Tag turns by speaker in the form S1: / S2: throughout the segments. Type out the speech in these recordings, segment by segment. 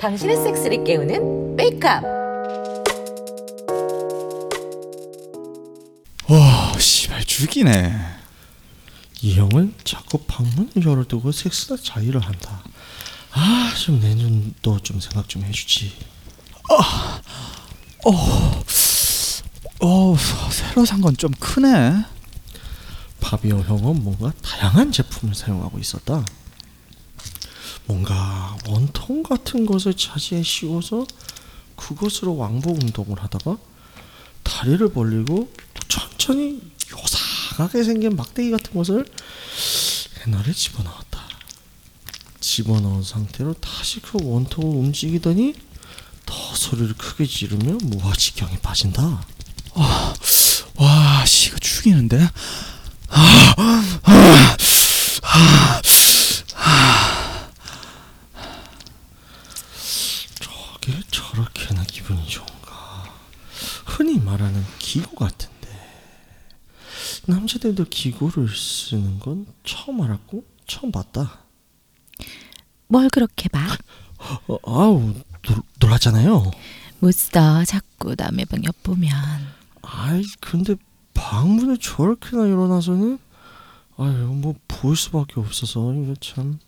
S1: 당신의 섹스를 깨우는 메이크업.
S2: 와, 씨발 죽이네.
S3: 이 형은 자꾸 방문을 열어두고 섹스나 자유를 한다. 아, 좀 내년도 좀 생각 좀 해주지.
S2: 어, 새로 산 건 좀 크네.
S3: 파비오 형은 뭔가 다양한 제품을 사용하고 있었다. 뭔가 원통 같은 것을 차지에 씌워서 그것으로 왕복 운동을 하다가 다리를 벌리고 또 천천히 요상하게 생긴 막대기 같은 것을 옛날에 집어넣었다. 집어넣은 상태로 다시 그 원통을 움직이더니 더 소리를 크게 지르며 무화지경에 빠진다.
S2: 와, 씨 이거 죽이는데.
S3: 저게 저렇게나 기분이 좋은가. 흔히 말하는 기구 같은데. 남자들도 기구를 쓰는 건 처음 알았고 처음 봤다.
S4: 뭘 그렇게 봐?
S3: 어, 아우 놀, 놀랐잖아요.
S4: 못 써. 자꾸 남의 방 엿보면.
S3: 아이 근데 방문을 저렇게나 열어놔서는 아유 뭐 보일 수밖에 없어서 이거 참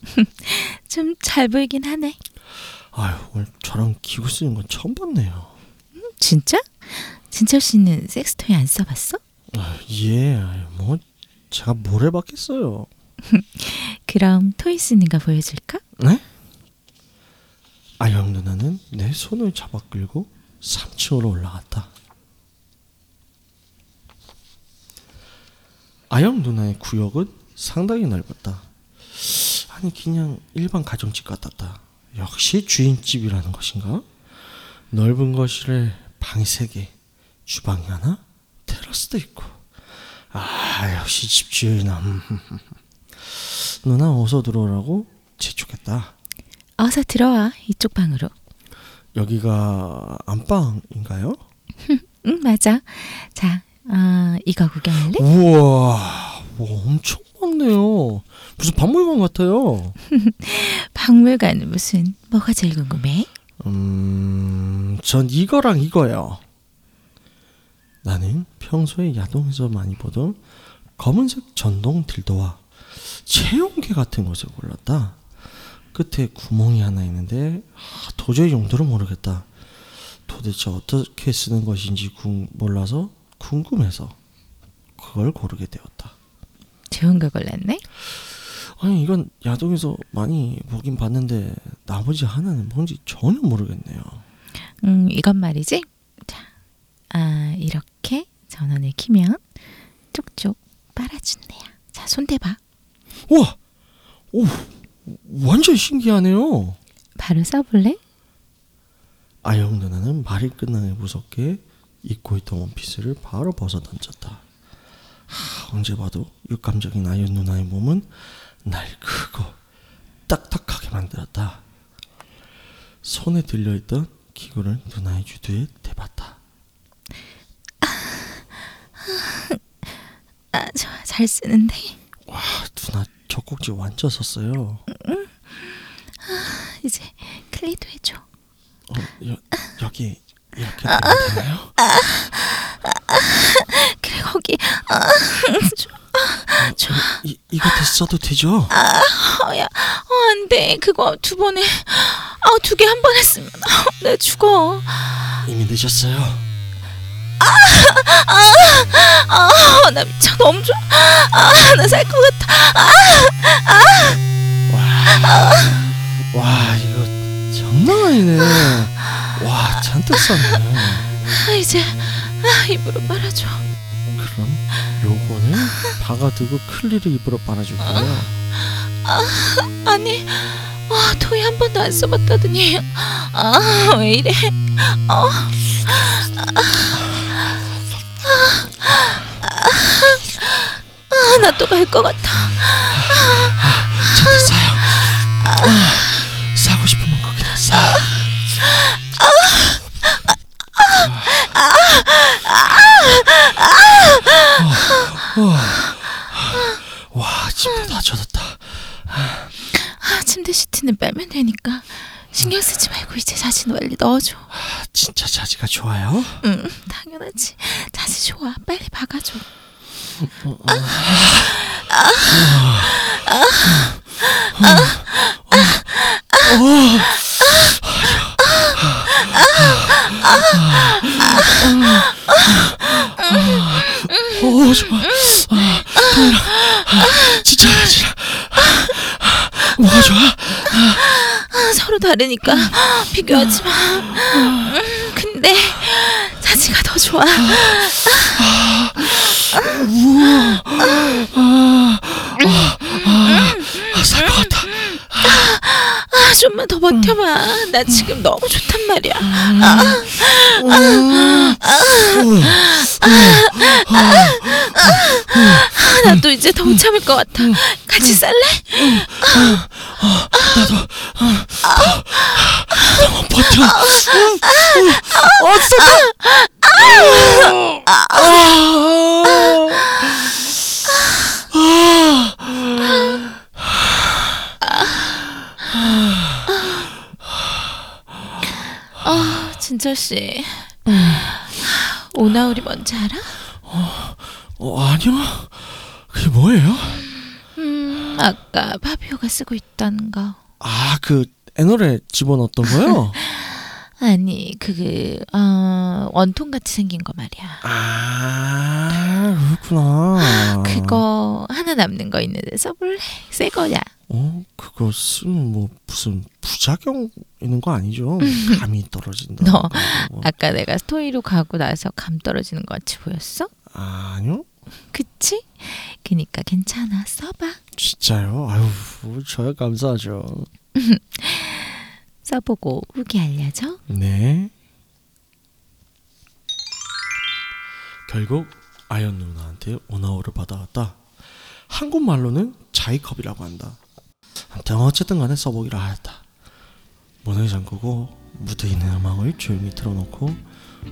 S4: 좀 잘 보이긴 하네.
S3: 아유 오늘 저랑 기구 쓰는 건 처음 봤네요.
S4: 음, 진짜? 진철 씨는 섹스토이 안 써봤어?
S3: 아유, 예, 아유, 뭐 제가 뭘 해봤겠어요.
S4: 그럼 토이 쓰는 거 보여줄까?
S3: 네? 아영 누나는 내 손을 잡아 끌고 3층으로 올라갔다. 아영 누나의 구역은 상당히 넓었다. 아니 그냥 일반 가정집 같았다. 역시 주인집이라는 것인가? 넓은 거실에 방이 세 개, 주방이 하나, 테라스도 있고. 아 역시 집주인아. 누나 어서 들어오라고 재촉했다.
S4: 어서 들어와. 이쪽 방으로.
S3: 여기가 안방인가요?
S4: 응, 맞아. 자, 어, 이거 구경할래?
S3: 우와, 와, 엄청 많네요. 무슨 박물관 같아요.
S4: 박물관 무슨 뭐가 제일 궁금해?
S3: 음, 전 이거랑 이거요. 나는 평소에 야동에서 많이 보던 검은색 전동 딜도와 체온계 같은 것을 골랐다. 끝에 구멍이 하나 있는데 아, 도저히 용도를 모르겠다. 도대체 어떻게 쓰는 것인지 궁- 몰라서 궁금해서 그걸 고르게 되었다.
S4: 좋은 거 골랐네.
S3: 아니 이건 야동에서 많이 보긴 봤는데 나머지 하나는 뭔지 전혀 모르겠네요.
S4: 음, 이건 말이지. 자, 아, 이렇게 전원을 키면 쪽쪽 빨아준대요. 자, 손 대봐.
S3: 우와! 오, 완전 신기하네요.
S4: 바로 써볼래?
S3: 아영 누나는 말이 끝나게 무섭게 입고 있던 원피스를 바로 벗어 던졌다. 하, 언제 봐도 육감적인 아영 누나의 몸은 날 크고 딱딱하게 만들었다. 손에 들려있던 기구를 누나의 주두에 대봤다.
S4: 아, 좋아. 잘 쓰는데.
S3: 와, 누나 젖꼭지 완전 썼어요.
S4: 이제 클리도 해줘.
S3: 어, 여, 여기 이렇게 되면 되나요?
S4: 그래, 거기
S3: 저 어, 이, 이거 됐어도 되죠?
S4: 아야, 아, 안 돼. 그거 두 번에, 아, 두 개 한 번 했으면, 아, 나 죽어.
S3: 이미 늦었어요.
S4: 아, 나 미쳐. 너무 좋아. 아, 나 살 것 같아. 아,
S3: 와 이거 장난 아니네. 와 잔뜩 썼네.
S4: 이제, 아, 입으로 빨아줘.
S3: 그럼 요거는 박아두고 클리를 입으로 빨아줄 거예요.
S4: 아니, 와, 토이 한 번도 안 써봤다더니, 아, 왜 이래. 아, 어. 아, 나 또 갈 것 같아.
S3: 저도 싸요. 아, 싸고 싶으면 거기다 싸. 와, 어, 집에 다 젖었다.
S4: 아 침대 시트는 빼면 되니까 신경 쓰지 말고 이제 자신 빨리 넣어줘.
S3: 아, 진짜 자지가 좋아요?
S4: 응 당연하지. 자세 좋아. 빨리 박아줘.
S2: 어 정말 아, 도현아 아, 진짜 진짜 아, 뭐가 좋아?
S4: 아, 서로 다르니까 아, 비교하지 마. 음, 근데 자지가 더 좋아.
S2: 아쌀 것 같아
S4: 아, 좀만 더 버텨봐. 나 지금 너무 좋단 말이야. 아, 나도 이제 더 못 참을 것 같아. 같이 살래?
S2: 버텨 어
S4: 아, 진철 씨. 오나울이 뭔지 알아?
S2: 어, 아니요 그게 뭐예요?
S4: 음, 아까 파비오가 쓰고 있던 거.
S3: 아, 그 애널에 집어넣었던 거요?
S4: 아니, 그, 어, 원통 같이 생긴 거 말이야.
S3: 아, 그렇구나.
S4: 그거 하나 남는 거 있는데 써볼래? 새 거야.
S3: 어, 그거 쓰면 뭐 무슨 부작용 있는 거 아니죠? 감이 떨어진다.
S4: 너
S3: 뭐.
S4: 아까 내가 스토리로 가고 나서 감 떨어지는 거 같이 보였어?
S3: 아, 아니요?
S4: 그치? 그니까 괜찮아. 써봐.
S3: 진짜요? 아유, 뭐 저야 감사하죠.
S4: 써보고 후기 알려줘.
S3: 네. 결국 아연 누나한테 오나오를 받아왔다. 한국말로는 자이컵이라고 한다. 아무튼 어쨌든 간에 써보기로 하였다. 문을 잠그고 무대 있는 음악을 조용히 틀어놓고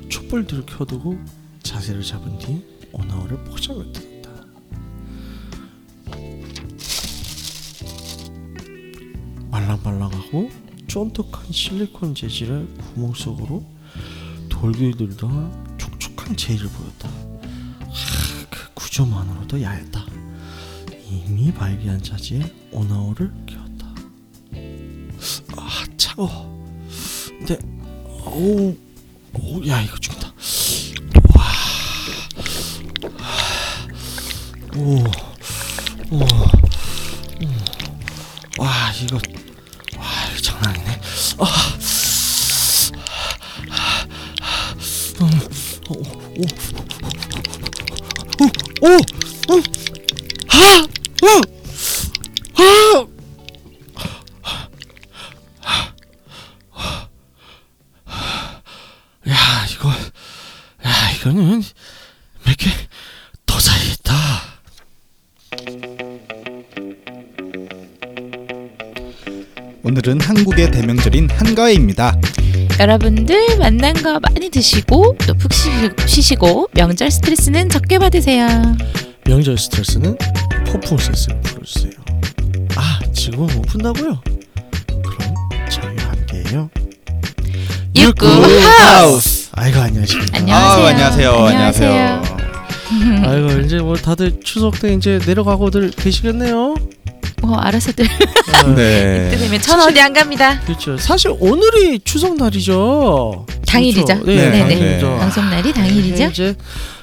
S3: 촛불들을 켜두고 자세를 잡은 뒤 오나오를 포장을 뜯었다. 말랑말랑하고 쫀득한 실리콘 재질의 구멍 속으로 돌기들도 촉촉한 재질을 보였다. 하, 그 구조만으로도 야했다. 이미 발기한 자지에 오나오를 끼웠다. 아 차워. 근데 어우 어우, 야 이거 죽인다. 와. 아, 오. 오. 오. 와 이거 와 이거 장난 아니네. 아. 음, 어, 오, 오, 오, 오, 오, 오, 어, 아, 응, 아, 아, 야 이거, 야 이거는 몇 개 더 사야겠다.
S2: 오늘은 한국의 대명절인 한가위입니다
S4: 여러분들 만난 거 많이 드시고 또 푹 쉬시고 명절 스트레스는 적게 받으세요.
S3: 명절 스트레스는 폭풍 스트레스를 풀어주세요. 아 지금 못 푼다고요? 그럼 저희 와 함께해요.
S4: 육구
S2: 하우스
S3: 아이고 안녕하십니까.
S4: 안녕하세요.
S2: 아, 안녕하세요 안녕하세요,
S3: 아이고 이제 뭐 다들 추석 때 이제 내려가고들 계시겠네요.
S4: 뭐 알아서들
S2: 네
S4: 되면 천 원이 안 갑니다.
S3: 그렇죠. 사실 오늘이 추석 날이죠.
S4: 당일이죠.
S3: 그렇죠.
S2: 네,
S3: 네,
S2: 네.
S3: 당일이죠.
S2: 네.
S4: 방송 날이 당일이죠.
S3: 이제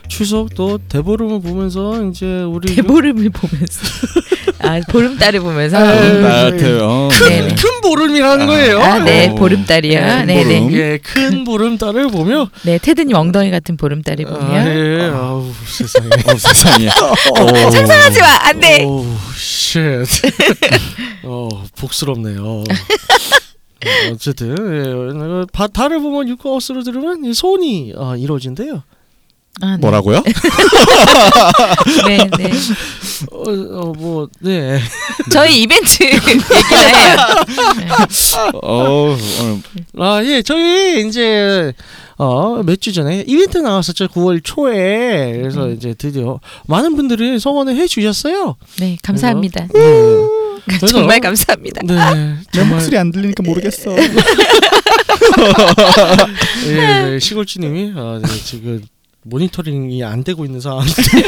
S3: 추석 또 대보름을 보면서 이제 우리
S4: 대보름을 보면서 아 보름달을 보면서
S3: 아유,
S2: 나한테요
S4: 음. 네, 네.
S3: 큰, 큰 보름이라는 거예요.
S4: 아네
S2: 어.
S4: 보름달이요.
S2: 큰
S4: 네네
S2: 보름.
S3: 예, 큰 보름달을 보며
S4: 네 테드님 엉덩이 같은 보름달을
S3: 아,
S4: 보면
S3: 예, 아우 세상에.
S2: 어 세상에 어.
S4: 상상하지 마 안돼.
S3: 오, 쉣. 어, 복스럽네요. 어, 어쨌든 예, 어, 바, 달을 보면 육가우스를 들으면 이 소원이 아, 이루어진대요.
S4: 아, 네.
S2: 뭐라고요?
S4: 네네
S3: 어, 어, 뭐, 네.
S4: 저희 이벤트 얘기를 해요.
S2: 어 오늘
S3: 아, 예, 저희 이제 어, 몇 주 전에 이벤트 나왔었죠. 9월 초에. 그래서 이제 드디어 많은 분들이 성원을 해 주셨어요.
S4: 네 감사합니다.
S3: 네. 그래서-
S4: 정말 감사합니다.
S3: 네,
S5: 내
S3: 정말
S5: 목소리 안 들리니까
S4: 예,
S5: 모르겠어.
S3: 예, 네, 시골주님이 아, 네, 지금 모니터링이 안 되고 있는 상황인데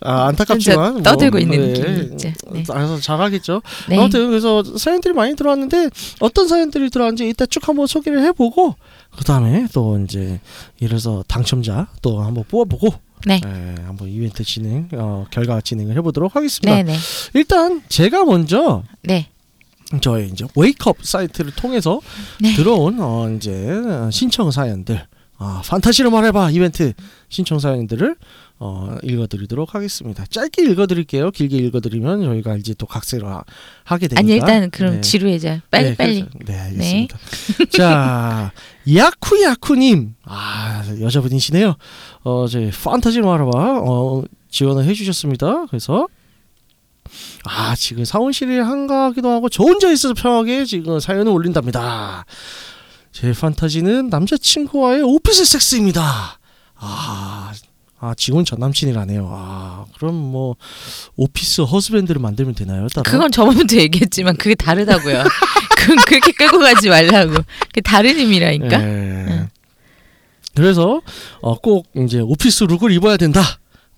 S3: 아, 안타깝지만 뭐,
S4: 진짜 떠들고 있는 느낌이 있죠. 네.
S3: 알아서 잘하겠죠.
S4: 네.
S3: 아무튼 그래서 사연들이 많이 들어왔는데 어떤 사연들이 들어왔는지 이따 쭉 한번 소개를 해보고 그 다음에 또 이제 이래서 당첨자 또 한번 뽑아보고
S4: 네.
S3: 예, 한번 이벤트 진행 어, 결과 진행을 해보도록 하겠습니다.
S4: 네, 네.
S3: 일단 제가 먼저
S4: 네.
S3: 저희 이제 웨이크업 사이트를 통해서
S4: 네.
S3: 들어온 어, 이제 신청 사연들 아, 판타지를 말해봐 이벤트 신청 사연들을 어, 읽어드리도록 하겠습니다. 짧게 읽어드릴게요. 길게 읽어드리면 저희가 이제 또 각색을 하- 하게 되니까.
S4: 아니 일단 그럼
S3: 네.
S4: 지루해져. 빨리
S3: 네,
S4: 빨리.
S3: 그래서- 네 알겠습니다. 자 야쿠야쿠님 아 여자분이시네요. 어 저희 판타지를 말아봐 어 지원을 해주셨습니다. 그래서 아 지금 사원실이 한가하기도 하고 저 혼자 있어서 편하게 지금 사연을 올린답니다. 제 판타지는 남자친구와의 오피스 섹스입니다. 아. 아, 지금 전 남친이라네요. 아, 그럼 뭐 오피스 허스밴드를 만들면 되나요? 따로?
S4: 그건 저번부터 얘기했지만 그게 다르다고요. 그건 그렇게 끌고 가지 말라고. 그 다른 의미라니까.
S3: 예. 그래서 어, 꼭 이제 오피스 룩을 입어야 된다.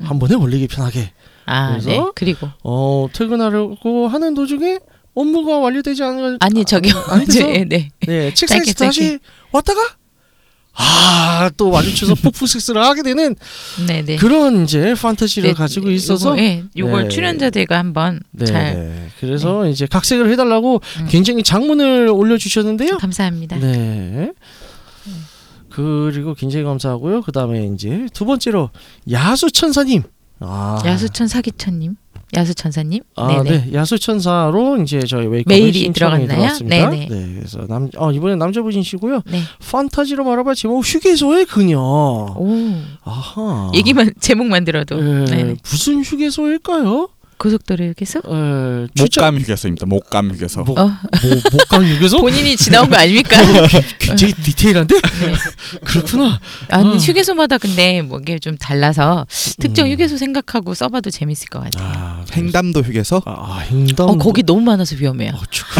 S4: 음.
S3: 한 번에 올리기 편하게.
S4: 아,
S3: 그래서?
S4: 네. 그리고
S3: 어, 퇴근하려고 하는 도중에 업무가 완료되지 않은
S4: 아니 저기요.
S3: 안 돼서?
S4: 네, 네.
S3: 네, 책상에서
S4: 짧게,
S3: 다시
S4: 짧게.
S3: 왔다가 아, 또 마주쳐서 폭풍 섹스를 하게 되는
S4: 네, 네.
S3: 그런 이제 판타지를
S4: 네,
S3: 가지고 있어서
S4: 요거, 예, 요걸
S3: 네.
S4: 출연자들과 한번
S3: 네,
S4: 잘 음.
S3: 네. 그래서 이제 각색을 해달라고 굉장히 장문을 올려주셨는데요.
S4: 감사합니다.
S3: 네. 그리고 굉장히 감사하고요. 그 다음에 이제 두 번째로 야수천사님. 아,
S4: 야수천 사기천님, 야수천사님.
S3: 아,
S4: 네네.
S3: 네. 야수천사로 이제 저희 웨이크업
S4: 메일이
S3: 신청이
S4: 들어갔나요?
S3: 들어왔습니다.
S4: 네네.
S3: 네, 그래서 남, 어, 이번엔 남자분이시고요.
S4: 네.
S3: 판타지로 말해봐 제목 휴게소의 그녀.
S4: 오.
S3: 아하.
S4: 얘기만 제목만 들어도
S3: 예,
S4: 네.
S3: 무슨 휴게소일까요?
S4: 고속도로 휴게소.
S3: 예, 추천-
S2: 목감 휴게소입니다. 목감 휴게소.
S3: 목-
S4: 어,
S3: 뭐, 목강 휴게소?
S4: 본인이 지나온 거 아닙니까?
S3: 굉장히 디테일한데?
S4: 네.
S3: 그렇구나.
S4: 아, 근데
S3: 어.
S4: 휴게소마다 근데 뭐 이게 좀 달라서 특정 휴게소 생각하고 써봐도 재밌을 것 같아요.
S3: 음. 아,
S5: 행담도 휴게소.
S3: 아, 행담.
S4: 어, 거기 너무 많아서 위험해요.
S3: 어, 쭉.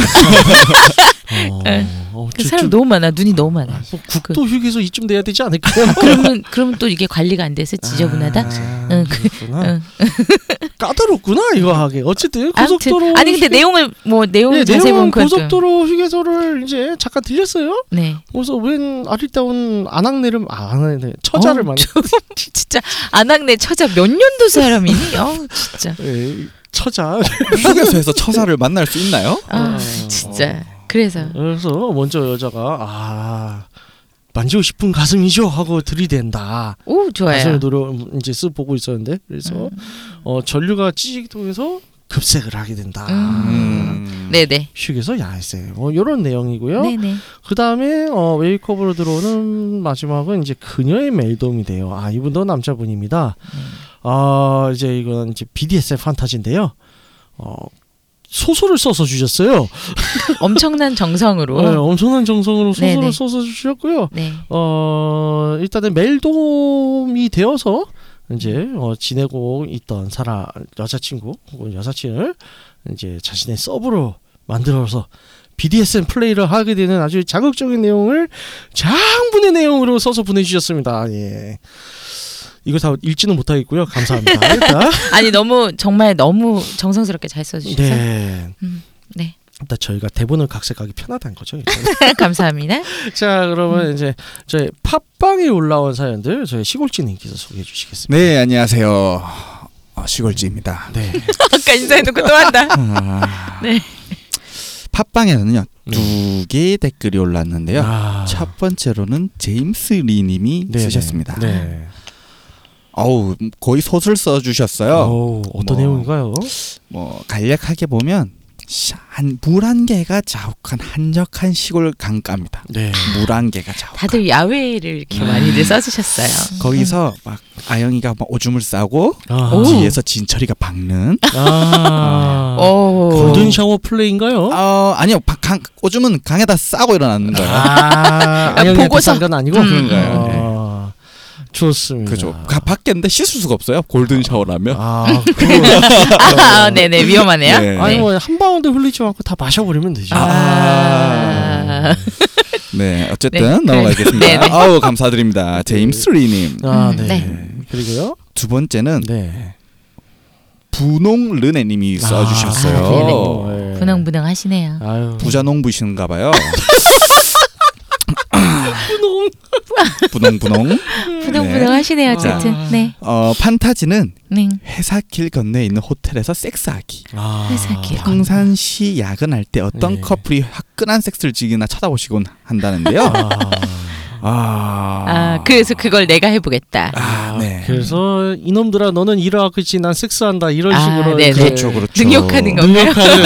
S3: 어,
S4: 예.
S3: 어,
S4: 그
S3: 쭉,
S4: 사람
S3: 쭉.
S4: 너무 많아, 눈이 너무 많아.
S3: 뭐 국도 휴게소 이쯤 돼야 되지 않을까요?
S4: 아, 그러면 그러면 또 이게 관리가 안 돼서 지저분하다.
S3: 아,
S4: 응.
S3: 그렇구나.
S4: 응.
S3: 까다롭구나 이거 하게. 어쨌든
S4: 아무튼
S3: 고속도로
S4: 아니 근데
S3: 휴게-
S4: 내용을 뭐 내용
S3: 예,
S4: 자세히 보면 그렇죠.
S3: 내용은
S4: 그건 좀-
S3: 고속도로 휴게소를 이제 잠깐 들렸어요.
S4: 네.
S3: 그래서 웬 아리따운 안악내름 아, 안악내 처자를
S4: 어우,
S3: 만
S4: 저- 진짜 안학내 처자 몇 년도 사람이니? 어 진짜.
S3: 예, 처자.
S5: 휴게소에서 처사를 만날 수 있나요?
S4: 아
S3: 어.
S4: 진짜. 그래서
S3: 그래서 먼저 여자가 아 만지고 싶은 가슴이죠 하고 들이댄다.
S4: 오 좋아요.
S3: 가슴을 노려 이제 쓱 보고 있었는데 그래서
S4: 음.
S3: 어, 전류가 찌직 통해서 급색을 하게 된다.
S4: 아.
S2: 음.
S4: 네네.
S3: 휴게소 야외세 뭐 이런 내용이고요.
S4: 네네.
S3: 그 다음에 어, 웨이크업으로 들어오는 마지막은 이제 그녀의 멜돔이 돼요. 아 이분도 남자분입니다.
S4: 음.
S3: 아 이제 이건 이제 BDSM 판타지인데요. 어 소설을 써서 주셨어요.
S4: 엄청난
S3: 네,
S4: 정성으로.
S3: 엄청난 정성으로 소설을
S4: 네네.
S3: 써서 주셨고요.
S4: 네.
S3: 어 일단은 멜돔이 되어서 이제 어, 지내고 있던 사람 여자친구 혹은 여사친을 이제 자신의 서브로 만들어서 BDSM 플레이를 하게 되는 아주 자극적인 내용을 장분의 내용으로 써서 보내주셨습니다. 예. 이거 다 읽지는 못하겠고요. 감사합니다. 일단
S4: 아니 너무 정말 너무 정성스럽게 잘 써주셔서 네.
S3: 네.
S4: 음, 네.
S3: 일단 저희가 대본을 각색하기 편하다는 거죠. 일단.
S4: 감사합니다.
S3: 자 그러면 이제 저희 팟빵에 올라온 사연들 저희 시골지님께서 소개해 주시겠습니다.
S2: 네 안녕하세요. 어, 시골지입니다.
S3: 네.
S4: 아까 인사해놓고 또 한다.
S2: 아.
S4: 네.
S2: 팟빵에는요 두
S3: 네.
S2: 개의 댓글이 올랐는데요.
S3: 아.
S2: 첫 번째로는 제임스 리님이
S3: 네네.
S2: 쓰셨습니다.
S3: 네.
S2: 어우 거의 소설 써주셨어요.
S3: 어우,
S2: 뭐.
S3: 어떤 내용인가요?
S2: 뭐 간략하게 보면 물 한 개가 자욱한 한적한 시골 강가입니다.
S3: 네.
S2: 물 한 개가 자욱한.
S4: 다들 야외를 이렇게 많이들 써주셨어요.
S2: 거기서 막 아영이가 막 오줌을 싸고
S3: 아.
S4: 오.
S2: 뒤에서 진철이가 박는.
S3: 아.
S4: 오.
S3: 골든 샤워 플레이인가요?
S2: 어 아니요 박- 강, 오줌은
S5: 네.
S4: 아.
S2: 강에다 싸고 일어나는 거예요.
S3: 아, 아니,
S4: 보고서.
S3: 건 아니고.
S4: 음.
S2: 그런가요?
S3: 아. 좋습니다.
S5: 그죠. 가- 밖인데 씻을 수가 없어요. 골든 샤워라면.
S3: 아, 그거-
S4: 아, 네네 위험하네요.
S5: 네.
S3: 아니 뭐 한 방울도 흘리지 않고 다 마셔버리면 되죠.
S4: 아.
S5: 네, 어쨌든
S4: 네.
S5: 넘어가겠습니다.
S4: 네, 네.
S5: 아우 감사드립니다, 제임스 리님.
S3: 아,
S4: 음,
S3: 네.
S4: 네.
S3: 그리고요.
S5: 두 번째는
S3: 네.
S5: 분홍 르네님이 써주셨어요.
S4: 아, 네,
S3: 네.
S4: 분홍분홍 하시네요.
S3: 아유.
S5: 부자 농부이신가봐요. 분홍. 분홍 분홍.
S4: 분홍분홍 음. 하시네요. 어쨌든
S3: 아.
S4: 네,
S5: 어 판타지는
S4: 네.
S5: 회사 길 건너에 있는 호텔에서 섹스하기.
S3: 아.
S4: 회사 길.
S5: 평상시 야근할 때 어떤
S3: 네.
S5: 커플이 화끈한 섹스를 즐기나 쳐다보시곤 한다는데요.
S3: 아,
S5: 아,
S4: 아, 그래서 그걸 내가 해보겠다.
S5: 아, 네.
S3: 그래서 이놈들아 너는 일화 그치 난 섹스한다 이런
S4: 아,
S3: 식으로
S4: 네네.
S3: 이제
S5: 그렇죠, 그렇죠.
S4: 능욕하는 거. 능욕하는.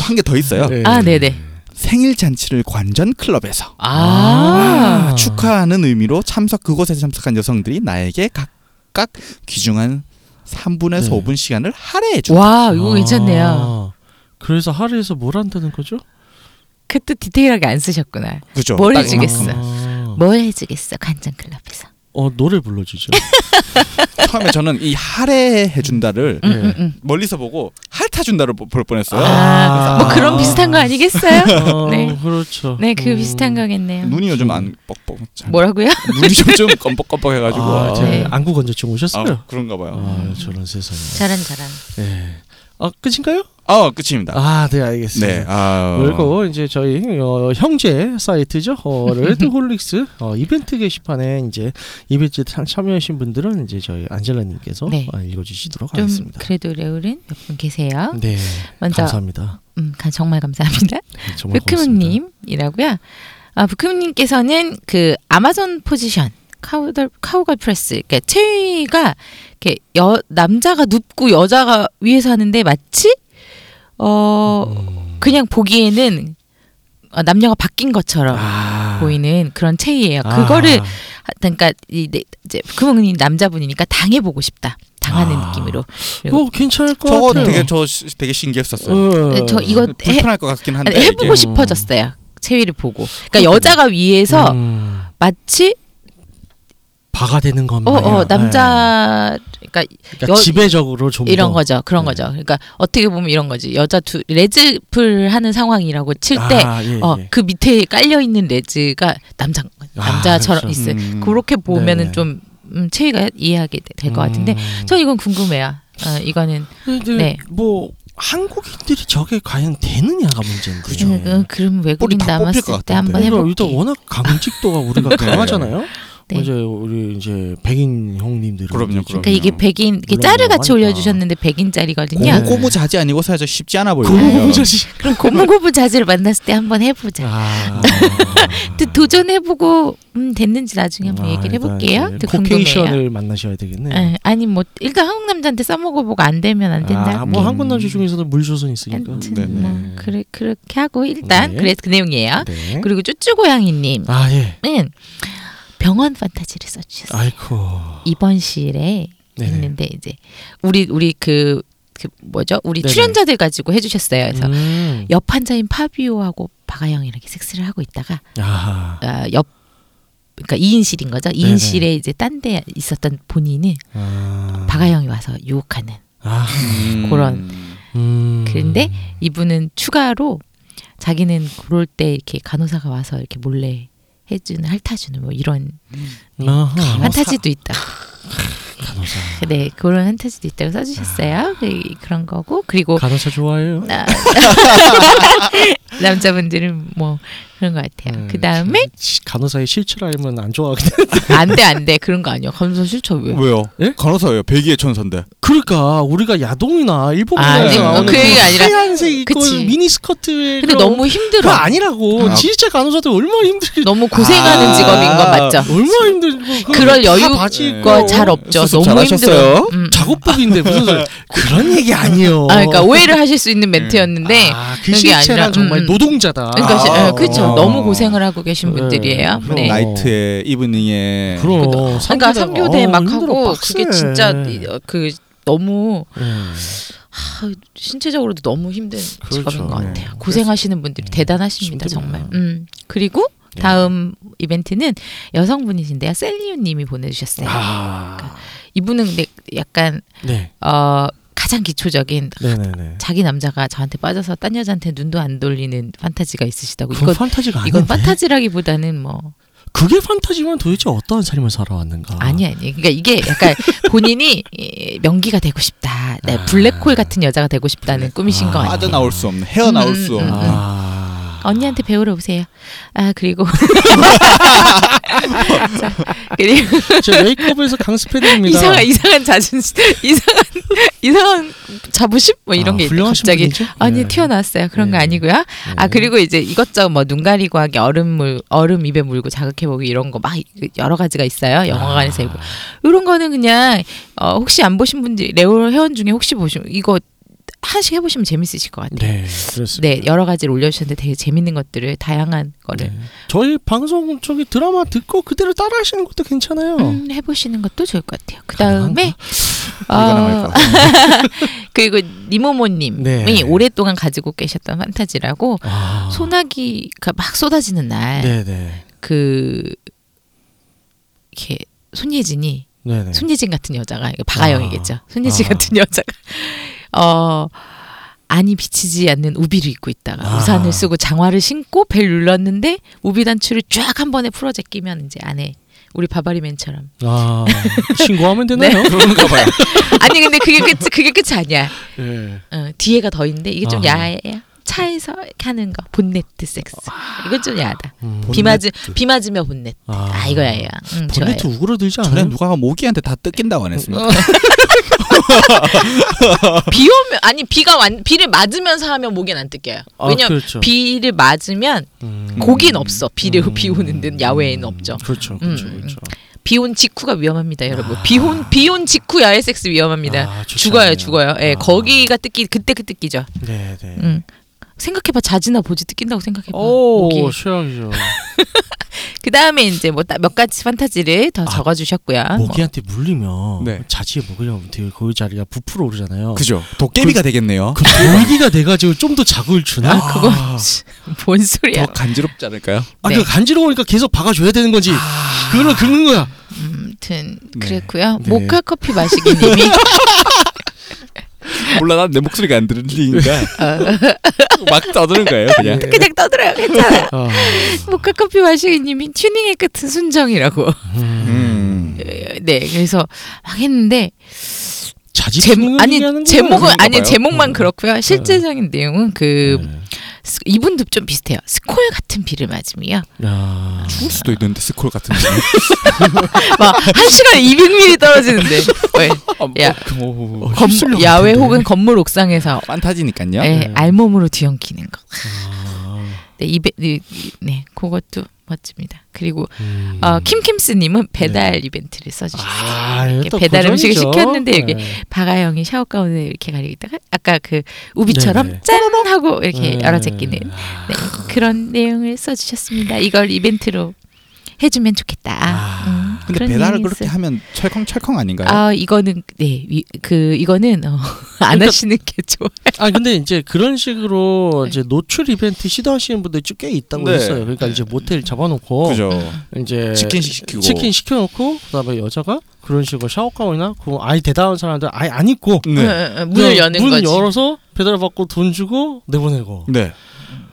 S5: 한 개 더 있어요.
S3: 네.
S4: 아, 네네.
S5: 생일 잔치를 관전 클럽에서
S4: 아,
S5: 아, 축하하는 의미로 참석 그곳에 참석한 여성들이 나에게 각각 귀중한 3분에서
S3: 네.
S5: 5분 시간을 할애해 준다.
S4: 와, 아, 이거 괜찮네요.
S3: 아, 그래서 하루에서 뭘 한다는 거죠?
S4: 그때 디테일하게 안 쓰셨구나.
S5: 그죠?
S4: 뭘
S5: 딱
S4: 해주겠어?
S5: 이만큼.
S3: 아.
S4: 뭘 해주겠어 관전 클럽에서.
S3: 어 노래 불러주죠.
S5: 처음에 저는 이 할애해 준다를
S4: 음,
S3: 네.
S4: 음, 음.
S5: 멀리서 보고 핥아 준다를 볼 뻔했어요.
S4: 아,
S3: 아.
S4: 뭐 그런 비슷한 거 아니겠어요?
S3: 어,
S4: 네.
S3: 그렇죠.
S4: 네, 그
S3: 음.
S4: 비슷한 거겠네요.
S5: 눈이 요즘 안 뻑뻑. 잘-
S4: 뭐라고요?
S5: 눈이 요즘 껌뻑껌뻑해가지고.
S3: 아, 제가
S4: 네.
S3: 안구 건조증 오셨어요?
S5: 아, 그런가 봐요.
S3: 아, 저런 세상에.
S4: 저런 저런.
S3: 네. 아 끝인가요?
S5: 어, 끝입니다.
S3: 아, 네
S5: 네.
S3: 알겠습니다.
S4: 어.
S5: 아,
S3: 그리고 이제 저희 어, 형제 사이트죠 어, 레드홀릭스 어, 이벤트 게시판에 이제 이벤트 참- 참여하신 분들은 이제 저희 안젤라님께서
S4: 네.
S3: 어, 읽어주시도록
S4: 좀
S3: 하겠습니다.
S4: 그래도 레울은 몇 분 계세요.
S3: 네,
S4: 먼저
S3: 감사합니다.
S4: 음, 가- 정말 감사합니다.
S3: 네, 정말 고맙습니다.
S4: 부크문님이라고요. 아, 부크문님께서는 그 아마존 포지션 카우덜 카우걸 프레스 그러니까 체위가 이렇게 여, 남자가 눕고 여자가 위에서 하는데 마치 어
S3: 음.
S4: 그냥 보기에는 어, 남녀가 바뀐 것처럼
S3: 아.
S4: 보이는 그런 체위예요.
S3: 아.
S4: 그거를 하- 그러니까 이, 내- 이제 부크문님 남자분이니까 당해보고 싶다. 당하는
S3: 아.
S4: 느낌으로.
S3: 뭐 괜찮을 것
S5: 저거
S3: 같아요.
S5: 되게 저 시- 되게 신기했었어요.
S3: 어.
S4: 네, 저 이거 해,
S5: 불편할 것 같긴 한데
S4: 아니, 해보고
S5: 네, 이게.
S3: 음.
S4: 싶어졌어요. 체위를 보고. 그러니까 여자가 위에서
S3: 음.
S4: 마치
S3: 바가 되는 것만.
S4: 어, 어 남자 그러니까
S3: 그러니까
S4: 여-
S3: 지배적으로 좀
S4: 이런
S3: 더.
S4: 거죠. 그런
S3: 네.
S4: 거죠. 그러니까 어떻게 보면 이런 거지. 여자 두 레즈풀 하는 상황이라고 칠 때 어 그
S3: 아, 예, 예.
S4: 밑에 깔려 있는 레즈가 남자 남자처럼
S3: 그렇죠.
S4: 있어요.
S5: 음.
S4: 그렇게 보면은
S3: 네네.
S4: 좀 음, 체위가 이해하게 될 것 같은데
S3: 음.
S4: 저 이건 궁금해요. 어, 이거는
S3: 근데
S4: 네.
S3: 뭐 한국인들이 저게 과연 되느냐가 문제인데.
S4: 음, 음, 그럼
S5: 뿌리
S4: 외국인
S5: 다 뽑힐 것
S4: 남았을
S5: 같은데.
S4: 때 한번
S3: 우리가 그러니까 일단
S4: 해볼게.
S3: 워낙 강직도가 우리가
S5: 네.
S3: 강하잖아요.
S4: 네.
S3: 이제 우리 이제 백인 형님들이
S5: 그럼요,
S3: 이제
S4: 그러니까 이게 백인 이게
S3: 물론
S4: 짜르 같이
S3: 하니까.
S4: 올려주셨는데 백인 짜리거든요.
S5: 고무 고무 자지 아니고 사야 쉽지 않아 보여요.
S3: 고무고무자식.
S4: 그럼 고무고무 자질을 만났을 때 한번 해보자.
S3: 아,
S4: 또 도전해보고 음, 됐는지 나중에 한번
S3: 아,
S4: 얘기를
S3: 일단
S4: 해볼게요. 그또
S3: 이제
S4: 궁금해요.
S3: 포케이션을 만나셔야 되겠네.
S4: 예, 아니 뭐 일단 한국 남자한테 써먹어보고 안 되면 안 된다. 네.
S3: 아, 뭐
S5: 음.
S3: 한국 남자 중에서도 물조선 있으니까.
S4: 아무튼
S5: 네네.
S4: 뭐 그래 그렇게 하고 일단
S3: 네.
S4: 그래 그 내용이에요.
S3: 네.
S4: 그리고 쭈쭈고양이님은
S3: 아 예.
S4: 병원 판타지를 써주셨어요.
S3: 아이고.
S4: 입원실에
S3: 네네.
S4: 있는데 이제 우리 우리 그, 그 뭐죠? 우리
S3: 네네.
S4: 출연자들 가지고 해주셨어요. 그래서
S3: 음.
S4: 옆 환자인 파비오하고 바가영이 이렇게 섹스를 하고 있다가
S3: 아하.
S4: 아, 옆 그러니까 2인실인 거죠. 2인실에 이제 딴 데 있었던 본인이
S3: 아.
S4: 박아영이 와서 유혹하는.
S3: 아.
S5: 음.
S4: 그런.
S3: 음.
S4: 그런데 이분은 추가로 자기는 그럴 때 이렇게 간호사가 와서 이렇게 몰래 해주는 핥아주는 뭐 이런
S3: 음. 아하.
S4: 판타지도 있다.
S3: 간호사. 아.
S4: 네 그런 판타지도 있다고 써주셨어요. 그- 그런 거고 그리고
S3: 간호사 좋아해요.
S4: 남자분들은 뭐 그런 것 같아요.
S3: 음,
S4: 그 다음에
S3: 시- 간호사의 실체 알면 안 좋아하거든.
S4: 안돼 안돼 그런 거 아니야. 감사 실처 왜?
S5: 왜요?
S3: 예?
S5: 간호사예요. 백의의 천사인데.
S3: 그러니까 우리가 야동이나 일본에서
S4: 아니,
S5: 뭐
S3: 나오는
S5: 그 얘기가
S4: 아니라-
S3: 하얀색 입고
S4: 그치.
S3: 미니 스커트에
S4: 근데 너무 힘들어.
S3: 그거 아니라고.
S5: 아.
S3: 진짜 간호사들 얼마나 힘들게
S4: 너무 고생하는
S5: 아.
S4: 직업인 거 맞죠?
S3: 얼마나 힘들고
S4: 그럴
S3: 다
S4: 여유-
S3: 바지 입고
S4: 그거 잘 없죠.
S5: 수습
S4: 너무
S5: 잘하셨어요?
S4: 힘들어. 음.
S3: 작업복인데 무슨 소리. 그런 얘기 아니에요.
S4: 아, 그러니까 오해를 하실 수 있는 멘트였는데
S3: 어. 아, 그
S4: 그게
S3: 실체란
S4: 아니라, 음,
S3: 정말
S4: 음.
S3: 노동자다.
S4: 그러니까 시,
S5: 아,
S4: 어, 그쵸
S5: 어.
S4: 너무 고생을 하고 계신
S3: 네,
S4: 분들이에요.
S3: 그럼
S4: 네.
S3: 나이-
S5: 나이트에 이브닝에
S3: 그럼
S4: 그러니까
S3: 삼교대가-
S4: 삼교대
S3: 어우,
S4: 막
S3: 힘들어,
S4: 하고
S3: 빡세.
S4: 그게 진짜 이- 어, 그 너무
S3: 음.
S4: 하, 신체적으로도 너무 힘든
S3: 그렇죠.
S4: 직업인 것
S3: 네. 음.
S4: 같아요. 고생하시는 분들이 대단하십니다
S3: 힘듭니다.
S4: 정말. 음 그리고
S3: 네.
S4: 다음 이벤트는 여성분이신데요. 셀리유님이 보내주셨어요.
S3: 아,
S4: 이분은 근데 약간
S3: 네,
S4: 어, 가장 기초적인
S3: 네, 네, 네.
S4: 자기 남자가 저한테 빠져서 딴 여자한테 눈도 안 돌리는 판타지가 있으시다고.
S3: 그건
S4: 이건
S3: 판타지가 아닌데.
S4: 이건 판타지라기보다는 뭐
S3: 그게 판타지면 도대체 어떠한 삶을 살아왔는가?
S4: 아니 아니. 그러니까 이게 약간 본인이 이, 명기가 되고 싶다. 네,
S3: 아.
S4: 블랙홀 같은 여자가 되고 싶다는 꿈이신 거
S5: 빠져
S4: 같아요.
S5: 나올 수 없는 헤어 나올
S4: 음,
S5: 수
S4: 음,
S5: 없는.
S4: 음.
S3: 아,
S4: 언니한테 배우러 오세요. 아 그리고 자, 그리고
S3: 제 메이크업에서 강스패드입니다.
S4: 이상한 이상한 자존심, 이상한 이상한 자부심 뭐 이런
S3: 아,
S4: 게 있는데
S3: 훌륭하신
S4: 갑자기
S3: 분이죠?
S4: 아니
S3: 네.
S4: 튀어나왔어요. 그런 거
S3: 네.
S4: 아니고요. 아
S3: 네.
S4: 그리고 이제 이것저것 뭐 눈 가리고 하기 얼음 물 얼음 입에 물고 자극해 보기 이런 거 막 여러 가지가 있어요. 영화관에서
S3: 아.
S4: 이거 이런 거는 그냥 어, 혹시 안 보신 분들 레오 회원 중에 혹시 보시면 이거 한씩 해보시면 재밌으실 것 같아요.
S3: 네, 그렇습니다.
S4: 네 여러 가지를 올려주셨는데 되게 재밌는 것들을 다양한 거를
S3: 저희 방송 저기 드라마 듣고 그대로 따라하시는 것도 괜찮아요.
S4: 음, 해보시는 것도 좋을 것 같아요. 그 다음에 아. 어,
S5: 이거 나갈까?
S4: 그리고 니모모님이
S3: 네.
S4: 오랫동안 가지고 계셨던 판타지라고
S3: 아,
S4: 소나기가 막 쏟아지는
S3: 네, 네,
S4: 날 그 이렇게 손예진이
S3: 네, 네.
S4: 손예진 같은 여자가 이거 박아영이겠죠. 손예진
S3: 아.
S4: 같은 여자가 어 안이 비치지 않는 우비를 입고 있다가
S3: 아.
S4: 우산을 쓰고 장화를 신고 벨 눌렀는데 우비 단추를 쫙 한 번에 풀어 제끼면 이제 안에 우리 바바리맨처럼
S3: 아, 신고하면
S4: 네.
S3: 되나요?
S5: 그런가 봐요.
S4: 아니 근데 그게 끝 그게 끝이 아니야.
S3: 네.
S4: 어, 뒤에가 더 있는데 이게 좀
S3: 아.
S4: 야해요. 차에서 이렇게 하는 거 본네트 섹스
S3: 아.
S4: 이건 좀 야하다.
S3: 음.
S4: 비 맞으 비 맞으며 본네트
S3: 아,
S4: 아 이거 야해요. 음, 좋아요.
S3: 본네트 우그러들지
S5: 전에
S3: 않아요?
S5: 누가 모기한테 다 뜯긴다고 안 했습니까?
S4: 비 오면 아니 비가 완 비를 맞으면서 하면 목엔 안 뜯겨요.
S3: 아,
S4: 왜냐면
S3: 그렇죠.
S4: 비를 맞으면
S3: 음.
S4: 고긴 없어. 비를
S3: 음.
S4: 비 오는 데는 야외에는 없죠.
S3: 그렇죠, 그렇죠,
S4: 음, 음.
S3: 그렇죠.
S4: 비온 직후가 위험합니다, 여러분. 비온 비온 직후 야외 섹스 위험합니다.
S3: 아, 좋지
S4: 음. 죽어요,
S3: 않네요.
S4: 죽어요. 예,
S3: 아.
S4: 거기가 뜯기 그때 그 뜯기죠.
S3: 네, 네.
S4: 음. 생각해봐 자지나 보지 뜯긴다고 생각해봐.
S3: 오,
S4: 목이.
S3: 최악이죠.
S4: 그 다음에 이제 뭐 몇 가지 판타지를 더
S3: 아,
S4: 적어주셨고요. 뭐.
S3: 모기한테 물리면
S5: 네.
S3: 자지에 모기면 되게 그 자리가 부풀어 오르잖아요.
S5: 그죠. 도깨비가 되겠네요.
S3: 그 돌기가 돼가지고 좀 더 자극을 주나?
S4: 아, 그거 뭔 소리야?
S5: 더 간지럽지 않을까요?
S3: 아,
S4: 네.
S3: 그 간지러우니까 계속 박아줘야 되는 건지 그걸로 긁는 거야.
S4: 아무튼
S5: 네.
S4: 그랬고요.
S3: 네.
S4: 모카 커피 마시기님이
S5: 몰라 난 내 목소리가 안 들리니까 막 떠드는 거예요 그냥.
S3: 네.
S4: 그냥 떠들어요. 괜찮아.
S3: 아,
S4: 뭐 모카 커피 마시기님이 튜닝의 끝은 순정이라고.
S5: 음.
S4: 네, 그래서 막 했는데
S3: 자지
S4: 제,
S3: 제,
S4: 아니 제목은
S5: 그런가
S4: 아니
S5: 봐요.
S4: 제목만
S3: 음.
S4: 그렇고요. 실제적인 내용은 그
S3: 네.
S4: 스- 이분도 좀 비슷해요. 스콜 같은 비를 맞으며
S3: 아,
S5: 죽을 수도 있는데 스콜 같은 거.
S4: 막 한 시간에 200mm 떨어지는데 왜? 야,
S5: 어,
S4: 건-
S3: 휩쓸려
S4: 야외
S3: 갔던데.
S4: 혹은 건물 옥상에서
S5: 판타지니까요.
S4: 예,
S3: 네.
S4: 알몸으로 뒤엉키는 거.
S3: 아,
S4: 네, 이베, 이- 이- 네, 그것도 멋집니다. 그리고
S3: 음.
S4: 어, 킴킴스님은 배달 이벤트를 써주셨어요.
S3: 아,
S4: 이렇게
S3: 또
S4: 배달 음식을
S3: 고전이죠.
S4: 시켰는데 이게
S3: 네.
S4: 박아영이 샤워 가운을 이렇게 가리고 있다가 아까 그 우비처럼
S3: 네네.
S4: 짠 하고 이렇게
S3: 네. 아.
S4: 열어 제끼는 네, 그런 내용을 써주셨습니다. 이걸 이벤트로 해주면 좋겠다.
S3: 아,
S4: 음,
S5: 근데
S4: 그런
S5: 배달을
S4: 내용이
S5: 그렇게
S4: 있어요.
S5: 하면 철컹철컹 아닌가요?
S4: 아 이거는 네그 이거는 어, 안 하시는 게 좋아.
S3: 아 근데 이제 그런 식으로
S4: 네.
S3: 이제 노출 이벤트 시도하시는 분들 꽤 있다고
S5: 네.
S3: 했어요. 그러니까 이제 모텔
S4: 어.
S3: 잡아놓고
S5: 그죠.
S3: 이제
S4: 네.
S5: 치킨식 시키고.
S3: 치킨 시켜놓고 그다음에 여자가 그런 식으로 샤워 가운이나 그 아예 대단한 사람들 아예 안 입고
S5: 네.
S4: 어, 어, 문을
S3: 그냥
S4: 여는
S3: 문
S4: 거지.
S3: 열어서 배달 받고 돈 주고 내보내고
S5: 네.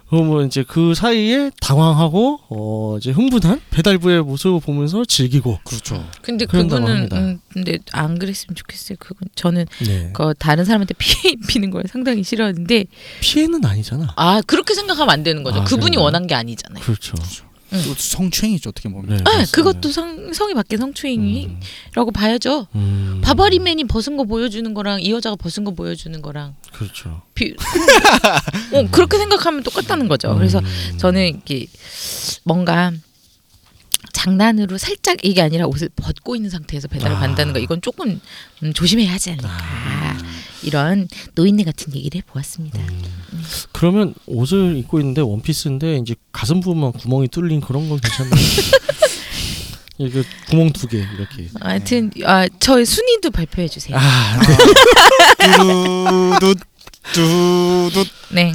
S3: 그러면 이제 그 사이에 당황하고 어 이제 흥분한 배달부의 모습을 보면서 즐기고 그렇죠.
S4: 근데
S3: 그런다고
S4: 그분은
S3: 합니다.
S4: 음, 근데 안 그랬으면 좋겠어요. 그건 저는
S3: 네
S4: 그 다른 사람한테 피해 입히는 걸 상당히 싫어하는데
S3: 피해는 아니잖아.
S4: 아 그렇게 생각하면 안 되는 거죠.
S3: 아,
S4: 그분이
S3: 그래요?
S4: 원한 게 아니잖아요.
S3: 그렇죠.
S5: 또 성추행이죠 어떻게 보면.
S3: 네,
S4: 아,
S3: 맞습니다.
S4: 네. 그것도 성, 성이 바뀐
S3: 음,
S4: 성추행이라고 봐야죠.
S3: 음,
S4: 바바리맨이 벗은 거 보여주는 거랑 이 여자가 벗은 거 보여주는 거랑
S3: 그렇죠.
S4: 비, 어, 그렇게 생각하면 똑같다는
S3: 음.
S4: 거죠. 어, 그래서 저는 이게 뭔가 장난으로 살짝 이게 아니라 옷을 벗고 있는 상태에서 배달을
S3: 아.
S4: 받는다는 거 이건 조금 음, 조심해야 하지 않을까 이런 노인네 같은 얘기를 해보았습니다.
S3: 음. 그러면 옷을 입고 있는데 원피스인데 이제 가슴 부분만 구멍이 뚫린 그런 건 괜찮나요? 이게 구멍 두 개 이렇게.
S4: 하여튼 아, 저의 순위도 발표해 주세요.
S3: 아,
S5: 그 두두 두두
S4: 네.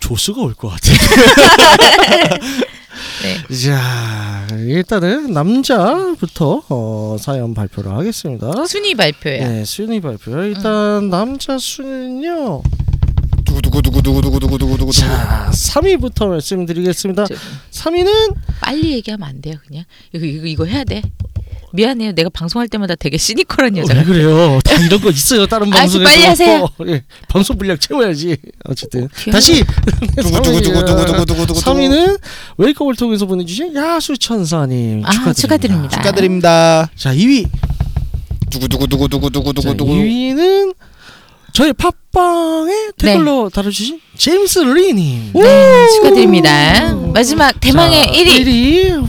S3: 조수가 올 것 같아.
S4: 네.
S3: 자 일단은 남자부터 어, 사연 발표를 하겠습니다.
S4: 순위 발표야.
S3: 네 순위 발표. 일단 남자 순위는요.
S5: 두구두구두구두구두구두구두구.
S3: 자 3위부터 말씀드리겠습니다.
S4: 저-
S3: 3위는
S4: 빨리 얘기하면 안 돼요, 그냥. 이거 이거, 이거 해야 돼. 미안해요. 내가 방송할 때마다 되게 시니컬한
S3: 왜
S4: 여자라.
S3: 그래요? 다 이런 거 있어요. 다른
S4: 아,
S3: 방송에서.
S4: 빨리 하세요.
S3: 또, 예, 방송 분량 채워야지. 어쨌든
S4: 귀여워.
S3: 다시
S5: 두구두구두구두구두구두구두구.
S3: 3위는 웨이크업을 통해서 보내주신 야수천사님
S4: 아,
S3: 축하드립니다.
S4: 축하드립니다.
S5: 축하드립니다.
S3: 자 2위 자,
S5: 두구두구두구두구두구두구.
S3: 2위는 저희 팟빵에 댓글로 달아주신 제임스 리님
S4: 네, 축하드립니다. 마지막 대망의 1위.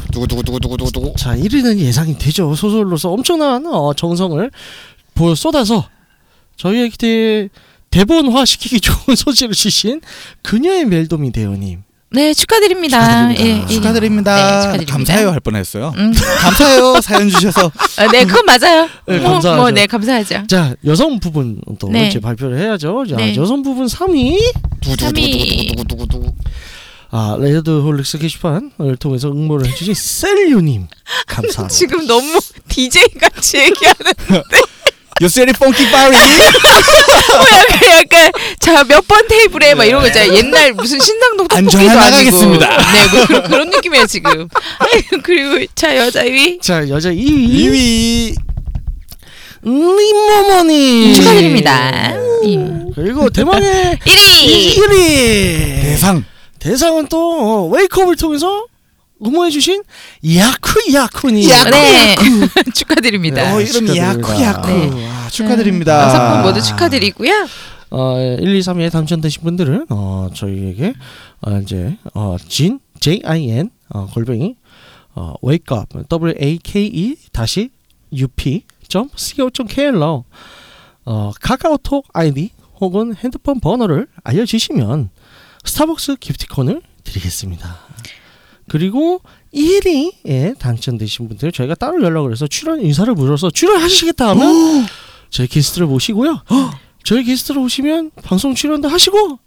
S3: 1위
S5: 두구두구두구두구두구.
S3: 자 1위는 예상이 되죠 소설로서 엄청난 어, 정성을 보 쏟아서 저희에게 대본화 시키기 좋은 소식을 주신 그녀의 멜도미 대우님
S4: 네, 축하드립니다. 예, 예. 네,
S5: 축하드립니다.
S4: 축하드립니다.
S5: 아. 감사해요 할 뻔했어요.
S4: 음.
S5: 감사해요 사연 주셔서.
S4: 아, 네, 그건 맞아요.
S3: 네,
S4: 뭐,
S3: 감사하죠.
S4: 뭐, 네, 감사하죠.
S3: 자 여성 부분 또
S4: 네.
S3: 이제 발표를 해야죠 자,
S4: 네.
S3: 여성 부분 3위
S5: 두구두구두구두구두구두구.
S3: 아 레드홀릭스 게시판을 통해서 응모를 해주신 셀유님 감사합니다
S4: 지금 너무 DJ 같이 얘기하는
S5: 요세리 펑키 파리.
S4: 약간 약간 자 몇 번 테이블에 막 이런 거 있잖아요. 옛날 무슨 신당동 떡볶이도
S5: 안전하게
S4: 아니고.
S5: 나가겠습니다.
S4: 네, 뭐 그런, 그런 느낌이에요 지금. 그리고 자 여자 위
S3: 자 여자 2위
S5: 2위.
S3: 님모모님
S4: 축하드립니다.
S3: 음.
S4: 예.
S3: 그리고 대망의 예.
S4: 1위 네.
S3: 1위
S5: 대상.
S3: 대상은 또 어, 웨이크업을 통해서 응모해주신 야쿠야쿠님
S5: 야쿠.
S4: 네 축하드립니다.
S5: 어 이름
S3: 네,
S5: 야쿠
S3: 축하드립니다.
S5: 야쿠.
S4: 네.
S5: 아, 축하드립니다.
S4: 여성분 모두 축하드리고요.
S3: 어, 1, 2, 3위에 당첨되신 분들은 어, 저희에게 어, 이제 어, 진 J I N 어, 골뱅이 어, wake up W A K E 다시 U P 점 C O 점 K R로 어, 카카오톡 아이디 혹은 핸드폰 번호를 알려주시면 스타벅스 기프티콘을 드리겠습니다. 그리고 1위에 당첨되신 분들 저희가 따로 연락을 해서 출연 인사를 물어서 출연하시겠다 하면 저희 게스트를 모시고요. 저희 게스트로 오시면 방송 출연도 하시고